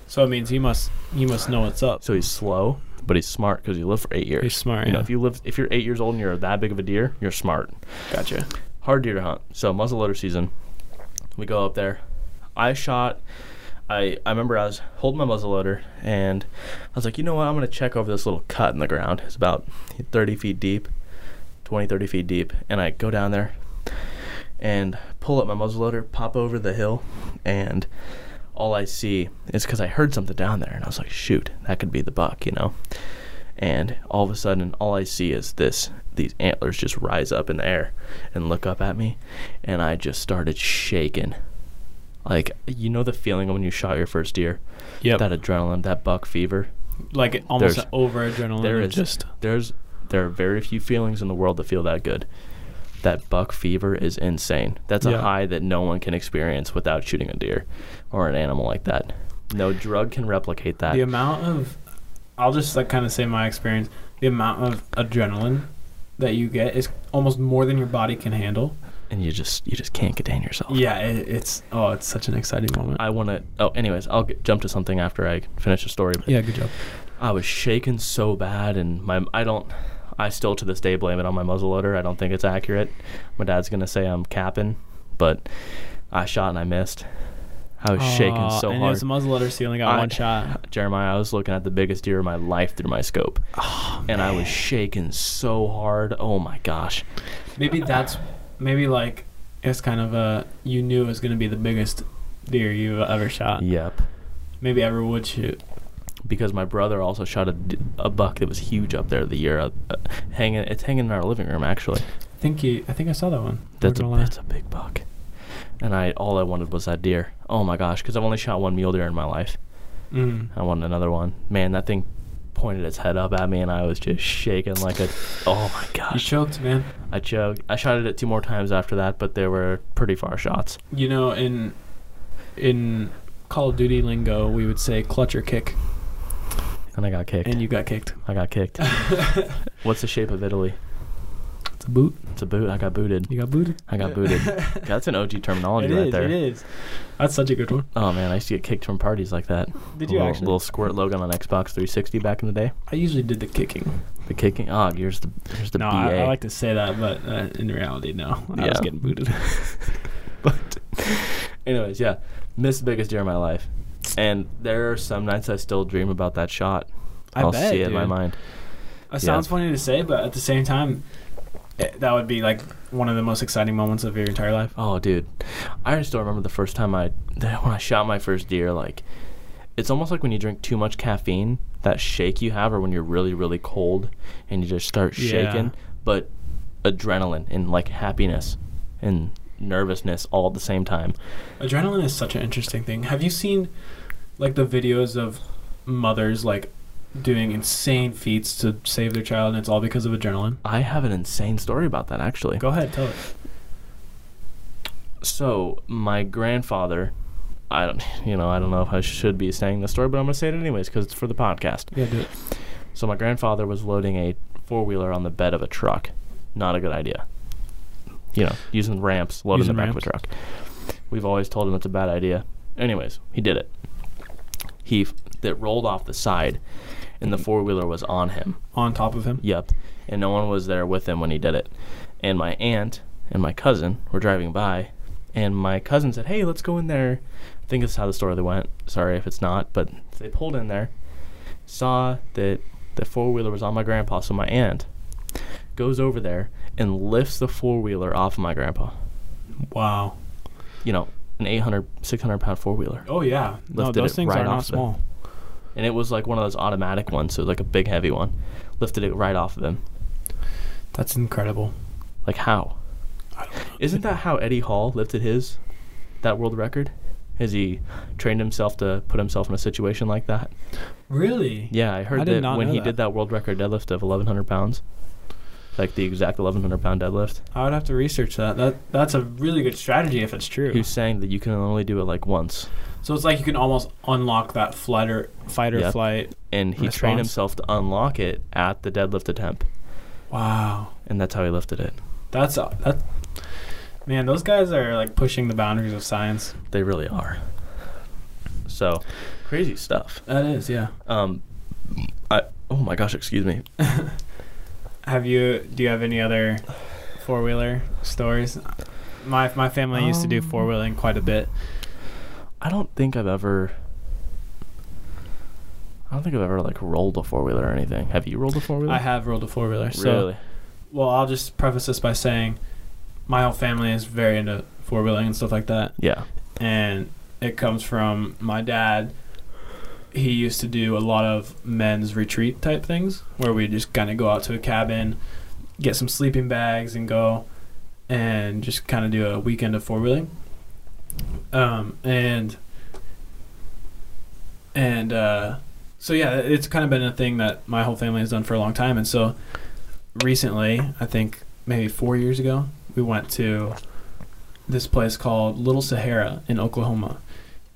Speaker 3: So it means he must he must know what's up.
Speaker 2: So he's slow, but he's smart because he lived for eight years.
Speaker 3: He's smart,
Speaker 2: You know,
Speaker 3: yeah.
Speaker 2: if you live, if you're eight years old and you're that big of a deer, you're smart.
Speaker 3: Gotcha.
Speaker 2: Hard deer to hunt. So muzzleloader season, we go up there. I shot. I, I remember I was holding my muzzleloader and I was like, you know what? I'm gonna check over this little cut in the ground. It's about 30 feet deep, 20, 30 feet deep, and I go down there, and pull up my muzzleloader, pop over the hill, and all I see is because I heard something down there, and I was like, shoot, that could be the buck, you know. And all of a sudden, all I see is this: these antlers just rise up in the air and look up at me, and I just started shaking. Like you know the feeling when you shot your first deer,
Speaker 3: Yep.
Speaker 2: that adrenaline, that buck fever.
Speaker 3: like it- almost
Speaker 2: There's-
Speaker 3: an over adrenaline.
Speaker 2: There
Speaker 3: of
Speaker 2: is
Speaker 3: just
Speaker 2: there's there are very few feelings in the world that feel that good. That buck fever is insane. That's a
Speaker 3: Yeah.
Speaker 2: high that no one can experience without shooting a deer or an animal like that. No drug can replicate that.
Speaker 3: the amount of i'll just like kind of say my experience the amount of adrenaline that you get is almost more than your body can handle
Speaker 2: and you just you just can't contain yourself.
Speaker 3: yeah it, it's oh it's such an exciting moment
Speaker 2: I want to. Oh, anyways, I'll get, jump to something after I finish the story. but
Speaker 3: yeah good job
Speaker 2: I was shaking so bad, and my I don't. I still to this day blame it on my muzzleloader. I don't think it's accurate. My dad's gonna say I'm capping, but I shot and I missed. I was shaking so
Speaker 3: Ah, and
Speaker 2: hard.
Speaker 3: it was a muzzleloader so you only got
Speaker 2: I-
Speaker 3: one shot
Speaker 2: Jeremiah, I was looking at the biggest deer of my life through my scope.
Speaker 3: Oh,
Speaker 2: and I was shaking so hard. Oh my gosh.
Speaker 3: maybe that's maybe like it's kind of a you knew it was going to be the biggest deer you ever shot
Speaker 2: Yep.
Speaker 3: maybe ever would shoot
Speaker 2: Because my brother also shot a, d- a buck that was huge up there the year. Uh, uh, hanging, it's hanging in our living room actually.
Speaker 3: i think you i think i saw that one Not
Speaker 2: That's a,
Speaker 3: gonna lie.
Speaker 2: that's a big buck. And I all I wanted was that deer. Oh my gosh, because I've only shot one mule deer in my life.
Speaker 3: mm.
Speaker 2: I wanted another one. Man, that thing pointed its head up at me, and I was just shaking like a. Oh my
Speaker 3: You
Speaker 2: gosh!
Speaker 3: choked, man.
Speaker 2: I choked. I shot it at two more times after that, but they were pretty far shots.
Speaker 3: You know, in in Call of Duty lingo, we would say clutch or kick,
Speaker 2: And I got kicked.
Speaker 3: and you got kicked.
Speaker 2: I got kicked. What's the shape of Italy?
Speaker 3: It's a boot.
Speaker 2: It's a boot. I got booted.
Speaker 3: You got booted.
Speaker 2: I got booted. That's an OG terminology
Speaker 3: It
Speaker 2: right
Speaker 3: is,
Speaker 2: there.
Speaker 3: It is. That's such a good one.
Speaker 2: Oh man, I used to get kicked from parties like that.
Speaker 3: Did
Speaker 2: a
Speaker 3: you
Speaker 2: little,
Speaker 3: actually?
Speaker 2: little squirt Logan on Xbox 360 back in the day.
Speaker 3: I usually did the kicking.
Speaker 2: The kicking. Oh, here's the here's the
Speaker 3: no,
Speaker 2: BA.
Speaker 3: I, I like to say that, but uh, in reality, no. I was
Speaker 2: Yeah.
Speaker 3: getting booted.
Speaker 2: Anyways, yeah, missed the biggest deer of my life, and there are some nights I still dream about that shot.
Speaker 3: I
Speaker 2: will
Speaker 3: bet,
Speaker 2: see it in my
Speaker 3: dude.
Speaker 2: mind.
Speaker 3: It sounds funny to say, but at the same time, eh, that would be like one of the most exciting moments of your entire life.
Speaker 2: Oh, dude, I still remember the first time I that- when I shot my first deer. Like, it's almost like when you drink too much caffeine, that shake you have, or when you're really really cold and you just start
Speaker 3: Yeah.
Speaker 2: shaking, but adrenaline and like happiness and nervousness all at the same time.
Speaker 3: Adrenaline is such an interesting thing. Have you seen like the videos of mothers like doing insane feats to save their child, and it's all because of adrenaline?
Speaker 2: I have an insane story about that actually.
Speaker 3: Go ahead, tell it.
Speaker 2: So my grandfather, I don't, you know, I don't know if I should be saying the story, but I'm gonna say it anyways because it's for the podcast.
Speaker 3: Yeah, do it.
Speaker 2: So my grandfather was loading a four wheeler on the bed of a truck. Not a good idea. You know, using ramps, loading
Speaker 3: Using
Speaker 2: the back of a truck. We've always told him it's a bad idea. Anyways, he did it. He f- that rolled off the side, and the four wheeler was on him.
Speaker 3: On top of him.
Speaker 2: Yep. And no one was there with him when he did it. And my aunt and my cousin were driving by, and my cousin said, Hey, let's go in there. I think that's how the story went. Sorry if it's not, but they pulled in there, saw that the four wheeler was on my grandpa, so my aunt goes over there and lifts the four wheeler off of my grandpa.
Speaker 3: Wow.
Speaker 2: You know, an 800, 600 pound four wheeler.
Speaker 3: Oh yeah. No,
Speaker 2: Lifted
Speaker 3: those
Speaker 2: it
Speaker 3: things
Speaker 2: right
Speaker 3: are not
Speaker 2: off the-
Speaker 3: small.
Speaker 2: And it was like one of those automatic ones, so like a big heavy one. Lifted it right off of him.
Speaker 3: That's incredible.
Speaker 2: Like, how?
Speaker 3: I don't know.
Speaker 2: Isn't that how Eddie Hall lifted his that world record? Is he trained himself to put himself in a situation like that?
Speaker 3: really?
Speaker 2: Yeah, I heard
Speaker 3: I did
Speaker 2: that
Speaker 3: not
Speaker 2: when
Speaker 3: know
Speaker 2: he
Speaker 3: that.
Speaker 2: did that world record deadlift of 1,100 pounds, like the exact 1,100 pound deadlift,
Speaker 3: I would have to research that. That that's a really good strategy if it's true.
Speaker 2: he was saying that you can only do it like once.
Speaker 3: So it's like you can almost unlock that flight or fight or
Speaker 2: Yep.
Speaker 3: flight.
Speaker 2: And he trained
Speaker 3: Response.
Speaker 2: himself to unlock it at the deadlift attempt,
Speaker 3: Wow.
Speaker 2: and that's how he lifted it.
Speaker 3: That's a, that. Man, those guys are like pushing the boundaries of science.
Speaker 2: They really are. So, crazy stuff.
Speaker 3: That is, yeah.
Speaker 2: Um, I oh my gosh, excuse me.
Speaker 3: Have you? Do you have any other four wheeler stories? My my family used to do
Speaker 2: Um,
Speaker 3: four wheeling quite a bit.
Speaker 2: I don't think I've ever. I don't think I've ever like rolled a four wheeler or anything. Have you rolled a four wheeler?
Speaker 3: I have rolled a four wheeler. So,
Speaker 2: Really?
Speaker 3: well, I'll just preface this by saying, my whole family is very into four wheeling and stuff like that.
Speaker 2: Yeah.
Speaker 3: and it comes from my dad. He used to do a lot of men's retreat type things where we just kind of go out to a cabin, get some sleeping bags, and go and just kind of do a weekend of four wheeling. Um, and and uh, so yeah, it's kind of been a thing that my whole family has done for a long time, and so recently, I think maybe four years ago, we went to this place called Little Sahara in Oklahoma.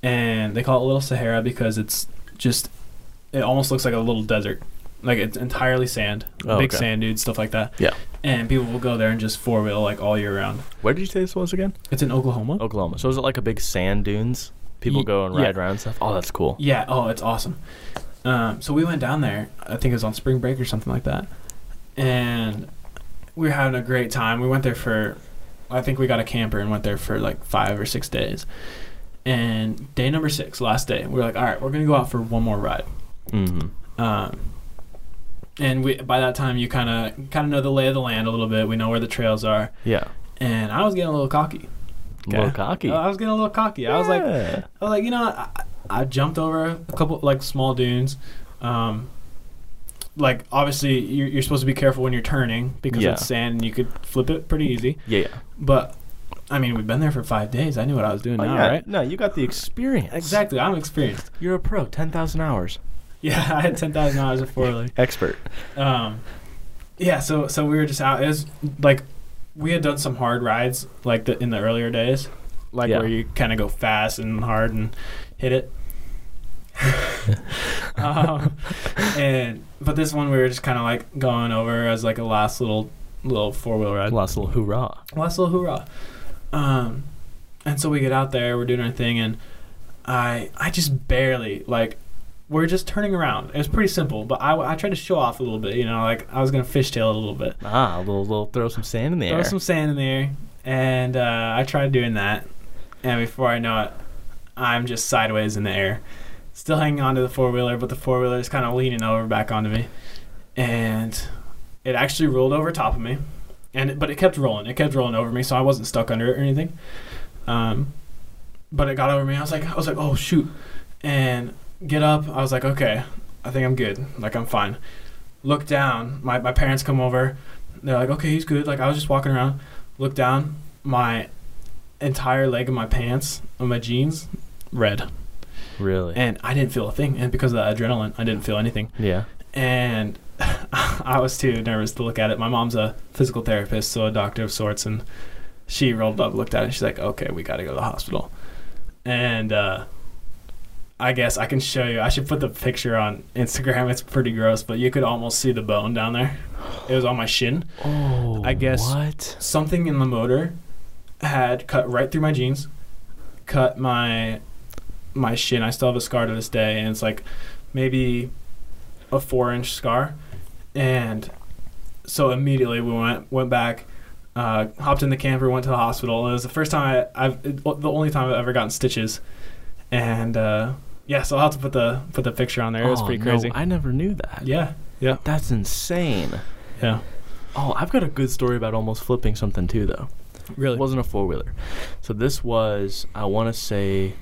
Speaker 3: And they call it Little Sahara because it's just, it almost looks like a little desert. Like it's entirely sand,
Speaker 2: Oh,
Speaker 3: big
Speaker 2: okay.
Speaker 3: sand dudes, stuff like that.
Speaker 2: Yeah.
Speaker 3: And people will go there and just four wheel like all year round.
Speaker 2: Where did you say this was again?
Speaker 3: It's in Oklahoma.
Speaker 2: Oklahoma. So is it like a big sand dunes? People
Speaker 3: Ye-
Speaker 2: go and
Speaker 3: yeah.
Speaker 2: ride around and stuff. Oh, that's cool.
Speaker 3: Yeah. Oh, it's awesome. Um, so we went down there. I think it was on spring break or something like that, and we were having a great time. We went there for, I think we got a camper and went there for like five or six days. And day number six, last day, we were like, all right, we're gonna go out for one more ride.
Speaker 2: Mm-hmm.
Speaker 3: Um, and we by that time you kind of kind of know the lay of the land a little bit. We know where the trails are.
Speaker 2: Yeah.
Speaker 3: And I was getting a little cocky.
Speaker 2: A little cocky.
Speaker 3: I was getting a little cocky. Uh, I was like,
Speaker 2: Yeah.
Speaker 3: I was like, you know, I, I jumped over a couple like small dunes. Um, like obviously you're, you're supposed to be careful when you're turning because
Speaker 2: Yeah.
Speaker 3: it's sand and you could flip it pretty easy.
Speaker 2: yeah. yeah.
Speaker 3: But I mean, we've been there for five days. I knew what I was doing
Speaker 2: Oh,
Speaker 3: now,
Speaker 2: yeah.
Speaker 3: right?
Speaker 2: No, you got the experience.
Speaker 3: Exactly. I'm experienced.
Speaker 2: You're a pro. Ten thousand hours.
Speaker 3: Yeah, I had ten thousand dollars of four leg.
Speaker 2: Expert.
Speaker 3: Um, yeah, so so we were just out. It was like we had done some hard rides like the in the earlier days, like
Speaker 2: Yeah.
Speaker 3: where you kind of go fast and hard and hit it. um, and but this one we were just kind of like going over as like a last little little four wheel ride.
Speaker 2: Last little hoorah.
Speaker 3: Last little hoorah. Um, and so we get out there, we're doing our thing, and I I just barely like we're just turning around. It was pretty simple, but I, I tried to show off a little bit, you know, like I was gonna fishtail a little bit,
Speaker 2: Ah, a little, little throw some sand in the
Speaker 3: throw
Speaker 2: air.
Speaker 3: some sand in the air, and uh, I tried doing that, and before I know it, I'm just sideways in the air, still hanging onto the four wheeler, but the four wheeler is kind of leaning over back onto me, and it actually rolled over top of me, and but it kept rolling. It kept rolling over me, so I wasn't stuck under it or anything. Um, but it got over me. I was like, I was like, oh shoot, and get up. I was like, okay, I think I'm good. Like I'm fine. Look down. My my parents come over. They're like, okay, he's good. Like I was just walking around. Look down. My entire leg of my pants, of my jeans, red.
Speaker 2: really?
Speaker 3: And I didn't feel a thing. And because of the adrenaline, I didn't feel anything
Speaker 2: yeah.
Speaker 3: and I was too nervous to look at it. My mom's a physical therapist, so a doctor of sorts, and she rolled up, looked at it, she's like, "Okay, we got to go to the hospital." And uh, I guess I can show you. I should put the picture on Instagram. It's pretty gross, but you could almost see the bone down there. It was on my shin.
Speaker 2: Oh.
Speaker 3: I guess-
Speaker 2: What?
Speaker 3: Something in the motor had cut right through my jeans, cut my my shin. I still have a scar to this day, and it's like maybe a four inch scar. And so immediately we went went back, uh, hopped in the camper, went to the hospital. It was the first time I, I've it, the only time I've ever gotten stitches, and uh, yeah, so I'll have to put the put the picture on there. it was
Speaker 2: Oh,
Speaker 3: pretty
Speaker 2: no,
Speaker 3: crazy.
Speaker 2: I never knew that.
Speaker 3: yeah, yeah,
Speaker 2: That's insane.
Speaker 3: yeah.
Speaker 2: Oh, I've got a good story about almost flipping something too, though.
Speaker 3: Really?
Speaker 2: It wasn't a four wheeler. So this was, I want to say,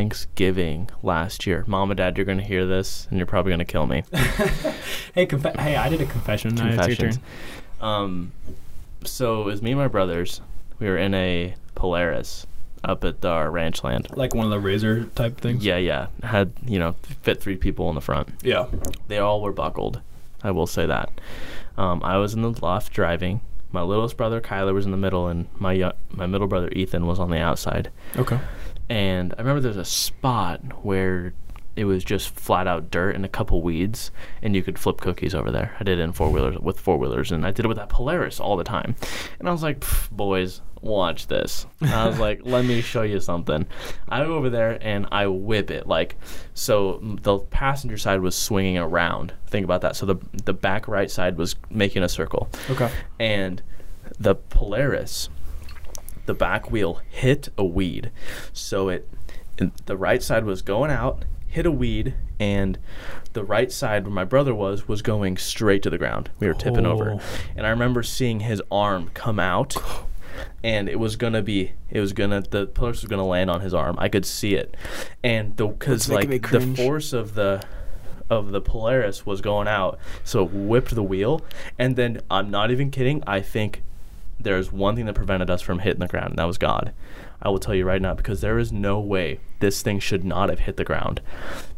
Speaker 2: Thanksgiving last year. Mom and Dad, you're gonna hear this, and you're probably gonna kill me.
Speaker 3: hey, conf- hey, I did a confession. Now it's your
Speaker 2: Confessions.
Speaker 3: turn.
Speaker 2: Um, so it was me and my brothers. We were in a Polaris up at our ranch land.
Speaker 3: Like one of the razor type things.
Speaker 2: Yeah, yeah. Had you know fit three people in the front.
Speaker 3: Yeah.
Speaker 2: They all were buckled. I will say that. Um, I was in the loft driving. My littlest brother Kyler was in the middle, and my yo- my middle brother Ethan was on the outside.
Speaker 3: Okay.
Speaker 2: and I remember there was a spot where it was just flat out dirt and a couple weeds, and you could flip cookies over there. I did it in four wheelers with four wheelers, and I did it with that Polaris all the time. And I was like, "Pff, "Boys, watch this!" And I was like, "Let me show you something." I go over there and I whip it like so. m- The passenger side was swinging around. Think about that. So the the back right side was making a circle
Speaker 3: Okay.
Speaker 2: and the Polaris, the back wheel hit a weed. So it, and the right side was going out, hit a weed, and the right side where my brother was was going straight to the ground. We were tipping over,
Speaker 3: Oh.
Speaker 2: and I remember seeing his arm come out. And it was gonna be, it was gonna, the Polaris was gonna land on his arm. I could see it, and the because
Speaker 3: making
Speaker 2: like
Speaker 3: me
Speaker 2: the
Speaker 3: cringe.
Speaker 2: force of the of the Polaris was going out, so it whipped the wheel, and then I'm not even kidding. I think there's one thing that prevented us from hitting the ground, and that was God. I will tell you right now because there is no way this thing should not have hit the ground,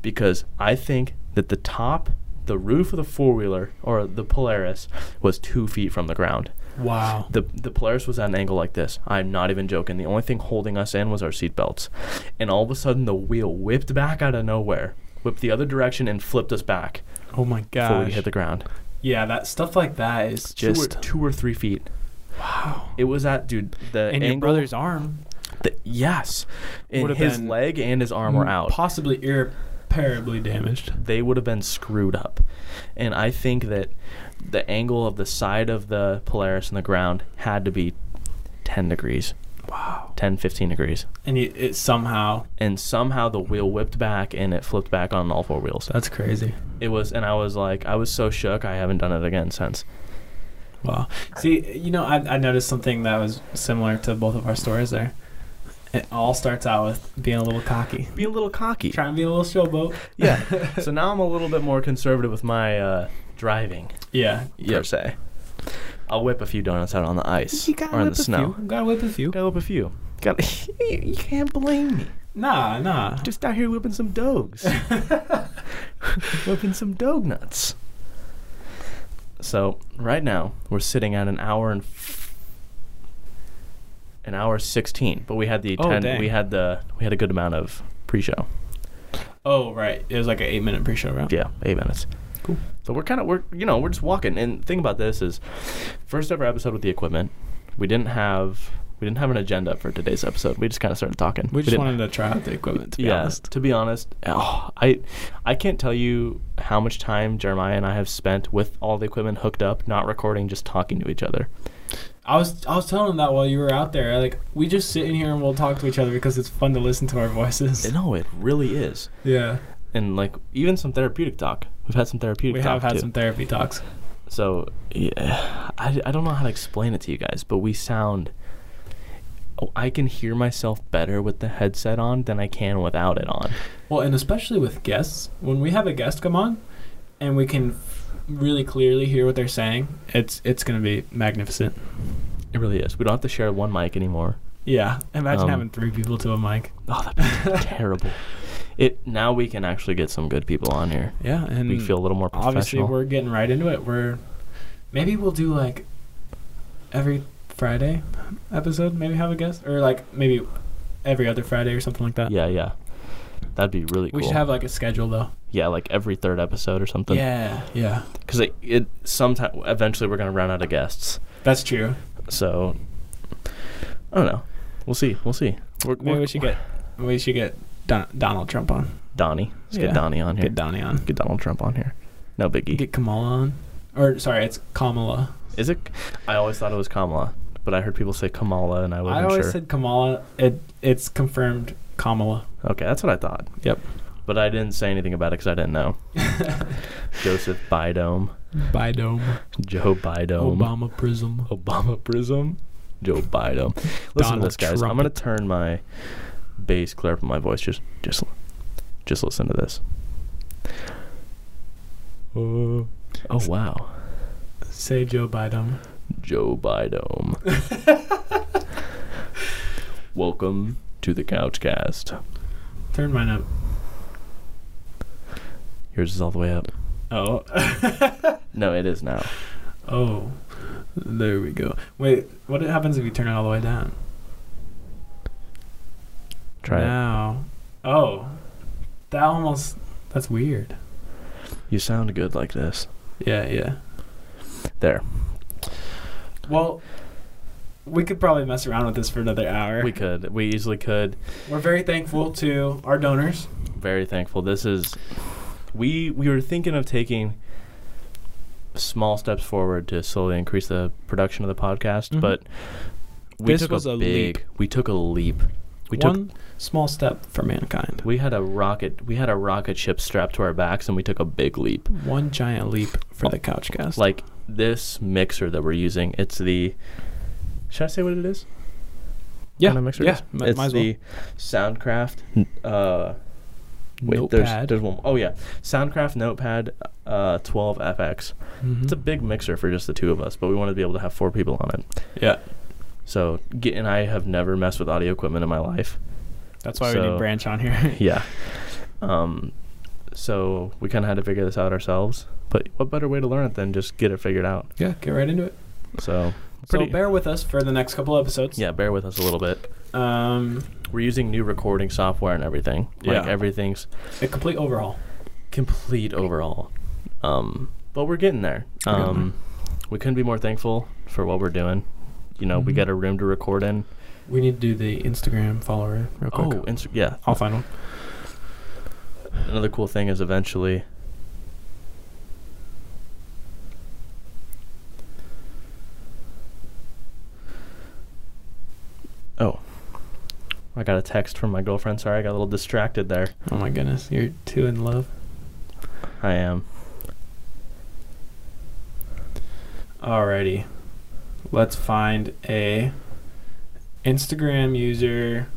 Speaker 2: because I think that the top, the roof of the four wheeler or the Polaris was two feet from the ground.
Speaker 3: Wow.
Speaker 2: The the Polaris was at an angle like this. I'm not even joking. The only thing holding us in was our seatbelts. And all of a sudden the wheel whipped back out of nowhere, whipped the other direction and flipped us back
Speaker 3: oh my
Speaker 2: before
Speaker 3: god.
Speaker 2: we hit the ground.
Speaker 3: yeah, that stuff like that is
Speaker 2: Two or,
Speaker 3: just
Speaker 2: two or three feet.
Speaker 3: wow.
Speaker 2: It was at dude the
Speaker 3: And your
Speaker 2: angle
Speaker 3: brother's arm
Speaker 2: the- yes. And
Speaker 3: Would've
Speaker 2: his
Speaker 3: been
Speaker 2: leg and his arm were out.
Speaker 3: possibly irreparably damaged.
Speaker 2: they would have been screwed up. And I think that the angle of the side of the Polaris and the ground had to be 10 degrees,
Speaker 3: Wow.
Speaker 2: 10 15 degrees.
Speaker 3: And you, it somehow
Speaker 2: and somehow the wheel whipped back and it flipped back on all four wheels.
Speaker 3: that's crazy.
Speaker 2: It was, and I was like, I was so shook. I haven't done it again since.
Speaker 3: Wow. See, you know, I, I noticed something that was similar to both of our stories there. It all starts out with being a little cocky,
Speaker 2: Be a little cocky.
Speaker 3: trying to be a little showboat.
Speaker 2: Yeah. so now I'm a little bit more conservative with my uh, driving
Speaker 3: Yeah.
Speaker 2: per se. I'll whip a few donuts out on the ice or in the snow.
Speaker 3: few. Gotta whip a few.
Speaker 2: Gotta whip a few. Got. you can't blame me.
Speaker 3: Nah, nah.
Speaker 2: Just out here whipping some dogs. whipping some donuts. So right now we're sitting at an hour and f- an hour sixteen, but we had the
Speaker 3: Oh,
Speaker 2: 10,
Speaker 3: dang.
Speaker 2: we had the we had a good amount of pre-show.
Speaker 3: Oh, right. It was like an eight minute pre show round.
Speaker 2: Yeah, eight minutes.
Speaker 3: Cool.
Speaker 2: So we're kind of we're you know we're just walking. And the thing about this is, first ever episode with the equipment. We didn't have we didn't have an agenda for today's episode. We just kind of started talking.
Speaker 3: We just
Speaker 2: didn't-
Speaker 3: wanted to try out the equipment, to be
Speaker 2: yeah,
Speaker 3: honest.
Speaker 2: To be honest, oh, I I can't tell you how much time Jeremiah and I have spent with all the equipment hooked up, not recording, just talking to each other.
Speaker 3: I was I was telling him that while you were out there. Like we just sit in here and we'll talk to each other because it's fun to listen to our voices.
Speaker 2: No, it really is.
Speaker 3: Yeah.
Speaker 2: And like even some therapeutic talk. We've had some therapeutic
Speaker 3: We
Speaker 2: talk
Speaker 3: have had
Speaker 2: too.
Speaker 3: some therapy talks.
Speaker 2: So yeah, I, I don't know how to explain it to you guys, but we sound. oh, I can hear myself better with the headset on than I can without it on.
Speaker 3: Well, and especially with guests, when we have a guest come on and we can f- really clearly hear what they're saying, it's it's going to be magnificent.
Speaker 2: It really is. We don't have to share one mic anymore.
Speaker 3: Yeah. Imagine
Speaker 2: Um,
Speaker 3: having three people to a mic.
Speaker 2: Oh, that'd be terrible. It now we can actually get some good people on here.
Speaker 3: Yeah, and
Speaker 2: we feel a little more
Speaker 3: obviously
Speaker 2: professional.
Speaker 3: we're getting right into it. We're maybe we'll do like every Friday episode, maybe have a guest or like maybe every other Friday or something like that.
Speaker 2: yeah, yeah. That'd be really cool.
Speaker 3: We should have like a schedule though.
Speaker 2: yeah, like every third episode or something.
Speaker 3: yeah, yeah.
Speaker 2: Because it, it sometime eventually we're gonna run out of guests.
Speaker 3: That's true.
Speaker 2: So I don't know. We'll see. We'll see. We're,
Speaker 3: Maybe we should get we should get Don- Donald Trump on.
Speaker 2: Donnie. Let's
Speaker 3: Yeah.
Speaker 2: get Donnie on here.
Speaker 3: Get Donnie on.
Speaker 2: Get Donald Trump on here. No biggie.
Speaker 3: Get Kamala on. Or sorry, it's Kamala.
Speaker 2: Is it? I always thought it was Kamala, but I heard people say Kamala, and I
Speaker 3: I
Speaker 2: wasn't
Speaker 3: always
Speaker 2: sure.
Speaker 3: said Kamala. It it's confirmed Kamala.
Speaker 2: okay, that's what I thought.
Speaker 3: Yep.
Speaker 2: But I didn't say anything about it because I didn't know. Joseph Bidome,
Speaker 3: Bidome.
Speaker 2: Joe Bidome,
Speaker 3: Obama Prism.
Speaker 2: Obama Prism, Joe Bidome. Listen
Speaker 3: Donald
Speaker 2: to this, guys. I'm gonna
Speaker 3: Trumpet.
Speaker 2: turn my bass clear up in my voice. Just, just, just listen to this.
Speaker 3: Oh.
Speaker 2: Oh wow,
Speaker 3: Say Joe Biden.
Speaker 2: Joe Bidome. Welcome to the Couchcast.
Speaker 3: Turn mine up.
Speaker 2: Yours is all the way up.
Speaker 3: Oh.
Speaker 2: No, it is now.
Speaker 3: oh. There we go. Wait, what happens if you turn it all the way down?
Speaker 2: Try
Speaker 3: now. Oh. That almost. That's weird.
Speaker 2: it. You sound good like this.
Speaker 3: Yeah, yeah.
Speaker 2: There.
Speaker 3: Well, we could probably mess around with this for another hour.
Speaker 2: We could. We easily could.
Speaker 3: We're very thankful to our donors.
Speaker 2: Very thankful. This is we we were thinking of taking small steps forward to slowly increase the production of the podcast,
Speaker 3: Mhm.
Speaker 2: but we
Speaker 3: This
Speaker 2: took
Speaker 3: was
Speaker 2: a,
Speaker 3: a
Speaker 2: big we took a leap. We took
Speaker 3: One small step for mankind.
Speaker 2: we had a rocket we had a rocket ship strapped to our backs and we took a big leap.
Speaker 3: One giant leap for the Couchcast.
Speaker 2: Oh, Like this mixer that we're using, it's the should I say what it is?
Speaker 3: yeah,
Speaker 2: kind of mixer it
Speaker 3: yeah,
Speaker 2: is?
Speaker 3: mi-
Speaker 2: it's
Speaker 3: might as well.
Speaker 2: the Soundcraft. Uh, wait,
Speaker 3: Notepad.
Speaker 2: there's there's one. Oh yeah, Soundcraft Notepad uh, 12 FX.
Speaker 3: Mhm.
Speaker 2: It's a big mixer for just the two of us, but we wanted to be able to have four people on it.
Speaker 3: yeah.
Speaker 2: So, get, and I have never messed with audio equipment in my life.
Speaker 3: That's why we
Speaker 2: So-
Speaker 3: need Branch on here.
Speaker 2: Yeah. Um, so we kind of had to figure this out ourselves. But what better way to learn it than just get it figured out?
Speaker 3: yeah, get right into it.
Speaker 2: So,
Speaker 3: So bear with us for the next couple episodes.
Speaker 2: yeah, bear with us a little bit.
Speaker 3: Um,
Speaker 2: We're using new recording software and everything. Like
Speaker 3: Yeah.
Speaker 2: everything's
Speaker 3: a complete overhaul.
Speaker 2: complete overall. Um, but we're getting there.
Speaker 3: We're getting
Speaker 2: Um, we couldn't be more thankful for what we're doing. You know, we
Speaker 3: Mhm.
Speaker 2: got a room to record in.
Speaker 3: We need to do the Instagram follower real quick.
Speaker 2: Oh, Insta- yeah.
Speaker 3: I'll find one.
Speaker 2: Another cool thing is eventually. Oh, I got a text from my girlfriend. Sorry, I got a little distracted there.
Speaker 3: Oh my goodness, you're too in love.
Speaker 2: I am.
Speaker 3: Alrighty, let's find a Instagram user.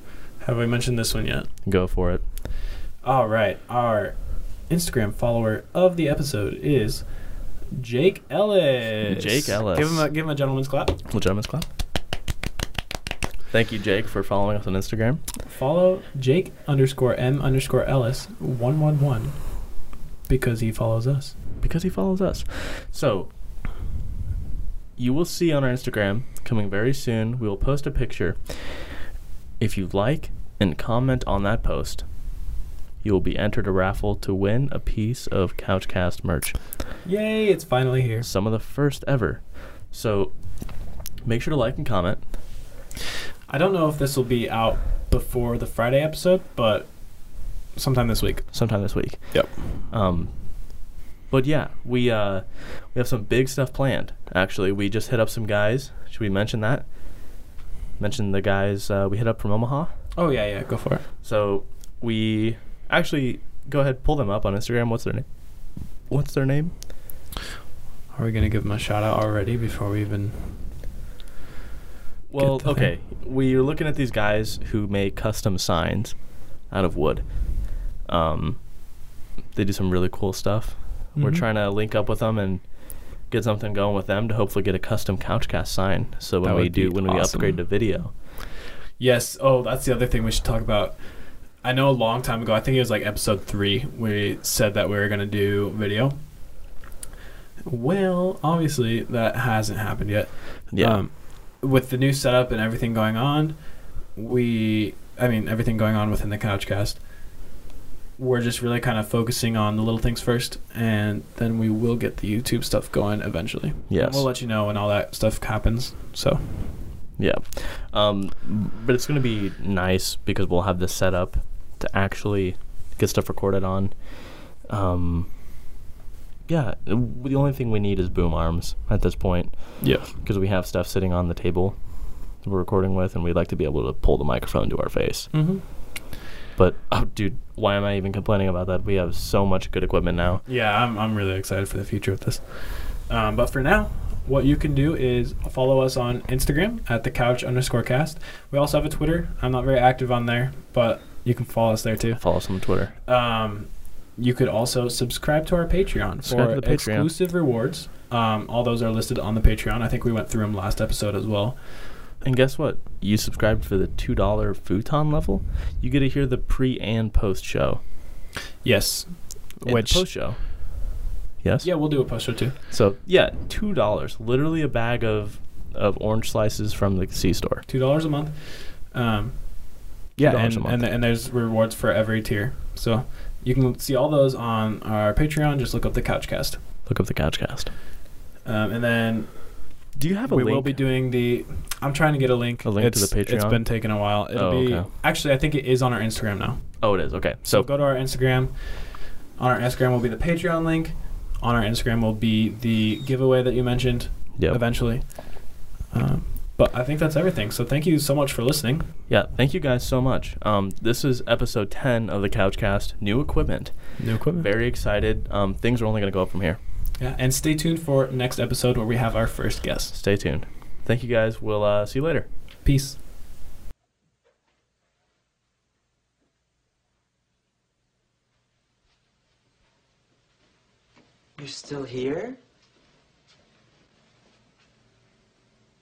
Speaker 3: Have we mentioned this one yet?
Speaker 2: Go for it.
Speaker 3: All right, our Instagram follower of the episode is Jake Ellis.
Speaker 2: Jake Ellis.
Speaker 3: Give him a give him a gentleman's clap.
Speaker 2: Well, gentlemen's clap. Thank you, Jake, for following us on Instagram.
Speaker 3: Follow Jake underscore M underscore Ellis one one one because he follows us.
Speaker 2: because he follows us. So you will see on our Instagram coming very soon. We will post a picture. If you like and comment on that post, you will be entered a raffle to win a piece of Couchcast merch.
Speaker 3: Yay! It's finally here.
Speaker 2: Some of the first ever. So make sure to like and comment.
Speaker 3: I don't know if this will be out before the Friday episode, but sometime this week.
Speaker 2: sometime this week.
Speaker 1: Yep.
Speaker 2: Um, but yeah, we uh, we have some big stuff planned. Actually, we just hit up some guys. Should we mention that? Mention the guys uh, we hit up from Omaha.
Speaker 3: Oh yeah, yeah. Go for it.
Speaker 2: So we actually go ahead pull them up on Instagram. What's their name? What's their name?
Speaker 3: Are we gonna give him a shout out already before we even?
Speaker 2: Well,
Speaker 3: the
Speaker 2: okay. We're looking at these guys who make custom signs out of wood. Um, they do some really cool stuff. We're
Speaker 1: Mm-hmm.
Speaker 3: Mhm.
Speaker 2: trying to link up with them and get something going with them to hopefully get a custom Couchcast sign. So when
Speaker 1: That
Speaker 2: we
Speaker 1: would
Speaker 2: do,
Speaker 1: be
Speaker 2: when we
Speaker 1: awesome.
Speaker 2: upgrade to video,
Speaker 3: Yes. Oh, that's the other thing we should talk about. I know a long time ago, I think it was like episode three, we said that we were gonna do video. Well, obviously that hasn't happened yet.
Speaker 2: yeah,
Speaker 3: Um, with the new setup and everything going on, we, I mean, everything going on within the Couchcast, we're just really kind of focusing on the little things first, and then we will get the YouTube stuff going eventually.
Speaker 2: Yes.
Speaker 3: We'll let you know when all that stuff happens. So,
Speaker 2: yeah. Um, but it's gonna be nice because we'll have this set up to actually get stuff recorded on. Um, yeah, the only thing we need is boom arms at this point.
Speaker 3: yeah.
Speaker 2: because we have stuff sitting on the table that we're recording with, and we'd like to be able to pull the microphone to our face.
Speaker 3: Mm-hmm.
Speaker 2: But oh, dude, why am I even complaining about that? We have so much good equipment now.
Speaker 3: Yeah, I'm, I'm really excited for the future with this. Um, but for now, what you can do is follow us on Instagram at the couch underscore cast. We also have a Twitter. I'm not very active on there, but you can follow us there too.
Speaker 2: Follow us on Twitter.
Speaker 3: Um, you could also subscribe to our Patreon
Speaker 2: Subscribe
Speaker 3: for
Speaker 2: to the Patreon.
Speaker 3: exclusive rewards. Um, all those are listed on the Patreon. I think we went through them last episode as well.
Speaker 2: And guess what? You subscribed for the two dollar futon level. You get to hear the pre and post show.
Speaker 3: Yes.
Speaker 2: And the post show? Yes.
Speaker 3: yeah, we'll do a post show too.
Speaker 2: So yeah, two dollars. Literally a bag of of orange slices from the C store.
Speaker 3: Two dollars a month. Um,
Speaker 2: $2
Speaker 3: and,
Speaker 2: a month.
Speaker 3: and and there's rewards for every tier. So you can see all those on our Patreon. Just look up the Couchcast.
Speaker 2: Look up the Couchcast.
Speaker 3: Um, and then
Speaker 2: Do you have a
Speaker 3: we
Speaker 2: link?
Speaker 3: will be doing the. I'm trying to get a link.
Speaker 2: A link to
Speaker 3: It's-
Speaker 2: the
Speaker 3: It's
Speaker 2: Patreon?
Speaker 3: been taking a while. It'll
Speaker 2: Oh,
Speaker 3: be
Speaker 2: okay.
Speaker 3: actually. I think it is on our Instagram now.
Speaker 2: oh, it is. Okay.
Speaker 3: So
Speaker 2: So
Speaker 3: go to our Instagram. On our Instagram will be the Patreon link. On our Instagram will be the giveaway that you mentioned
Speaker 2: yeah,
Speaker 3: eventually. Um, but I think that's everything. So thank you so much for listening.
Speaker 2: Yeah, thank you guys so much. Um, this is episode 10 of the Couchcast. New equipment.
Speaker 3: New equipment.
Speaker 2: Very excited. Um, things are only going to go up from here.
Speaker 3: Yeah, and stay tuned for next episode where we have our first guest.
Speaker 2: Stay tuned. Thank you guys. We'll uh, see you later.
Speaker 3: Peace.
Speaker 5: You're still here?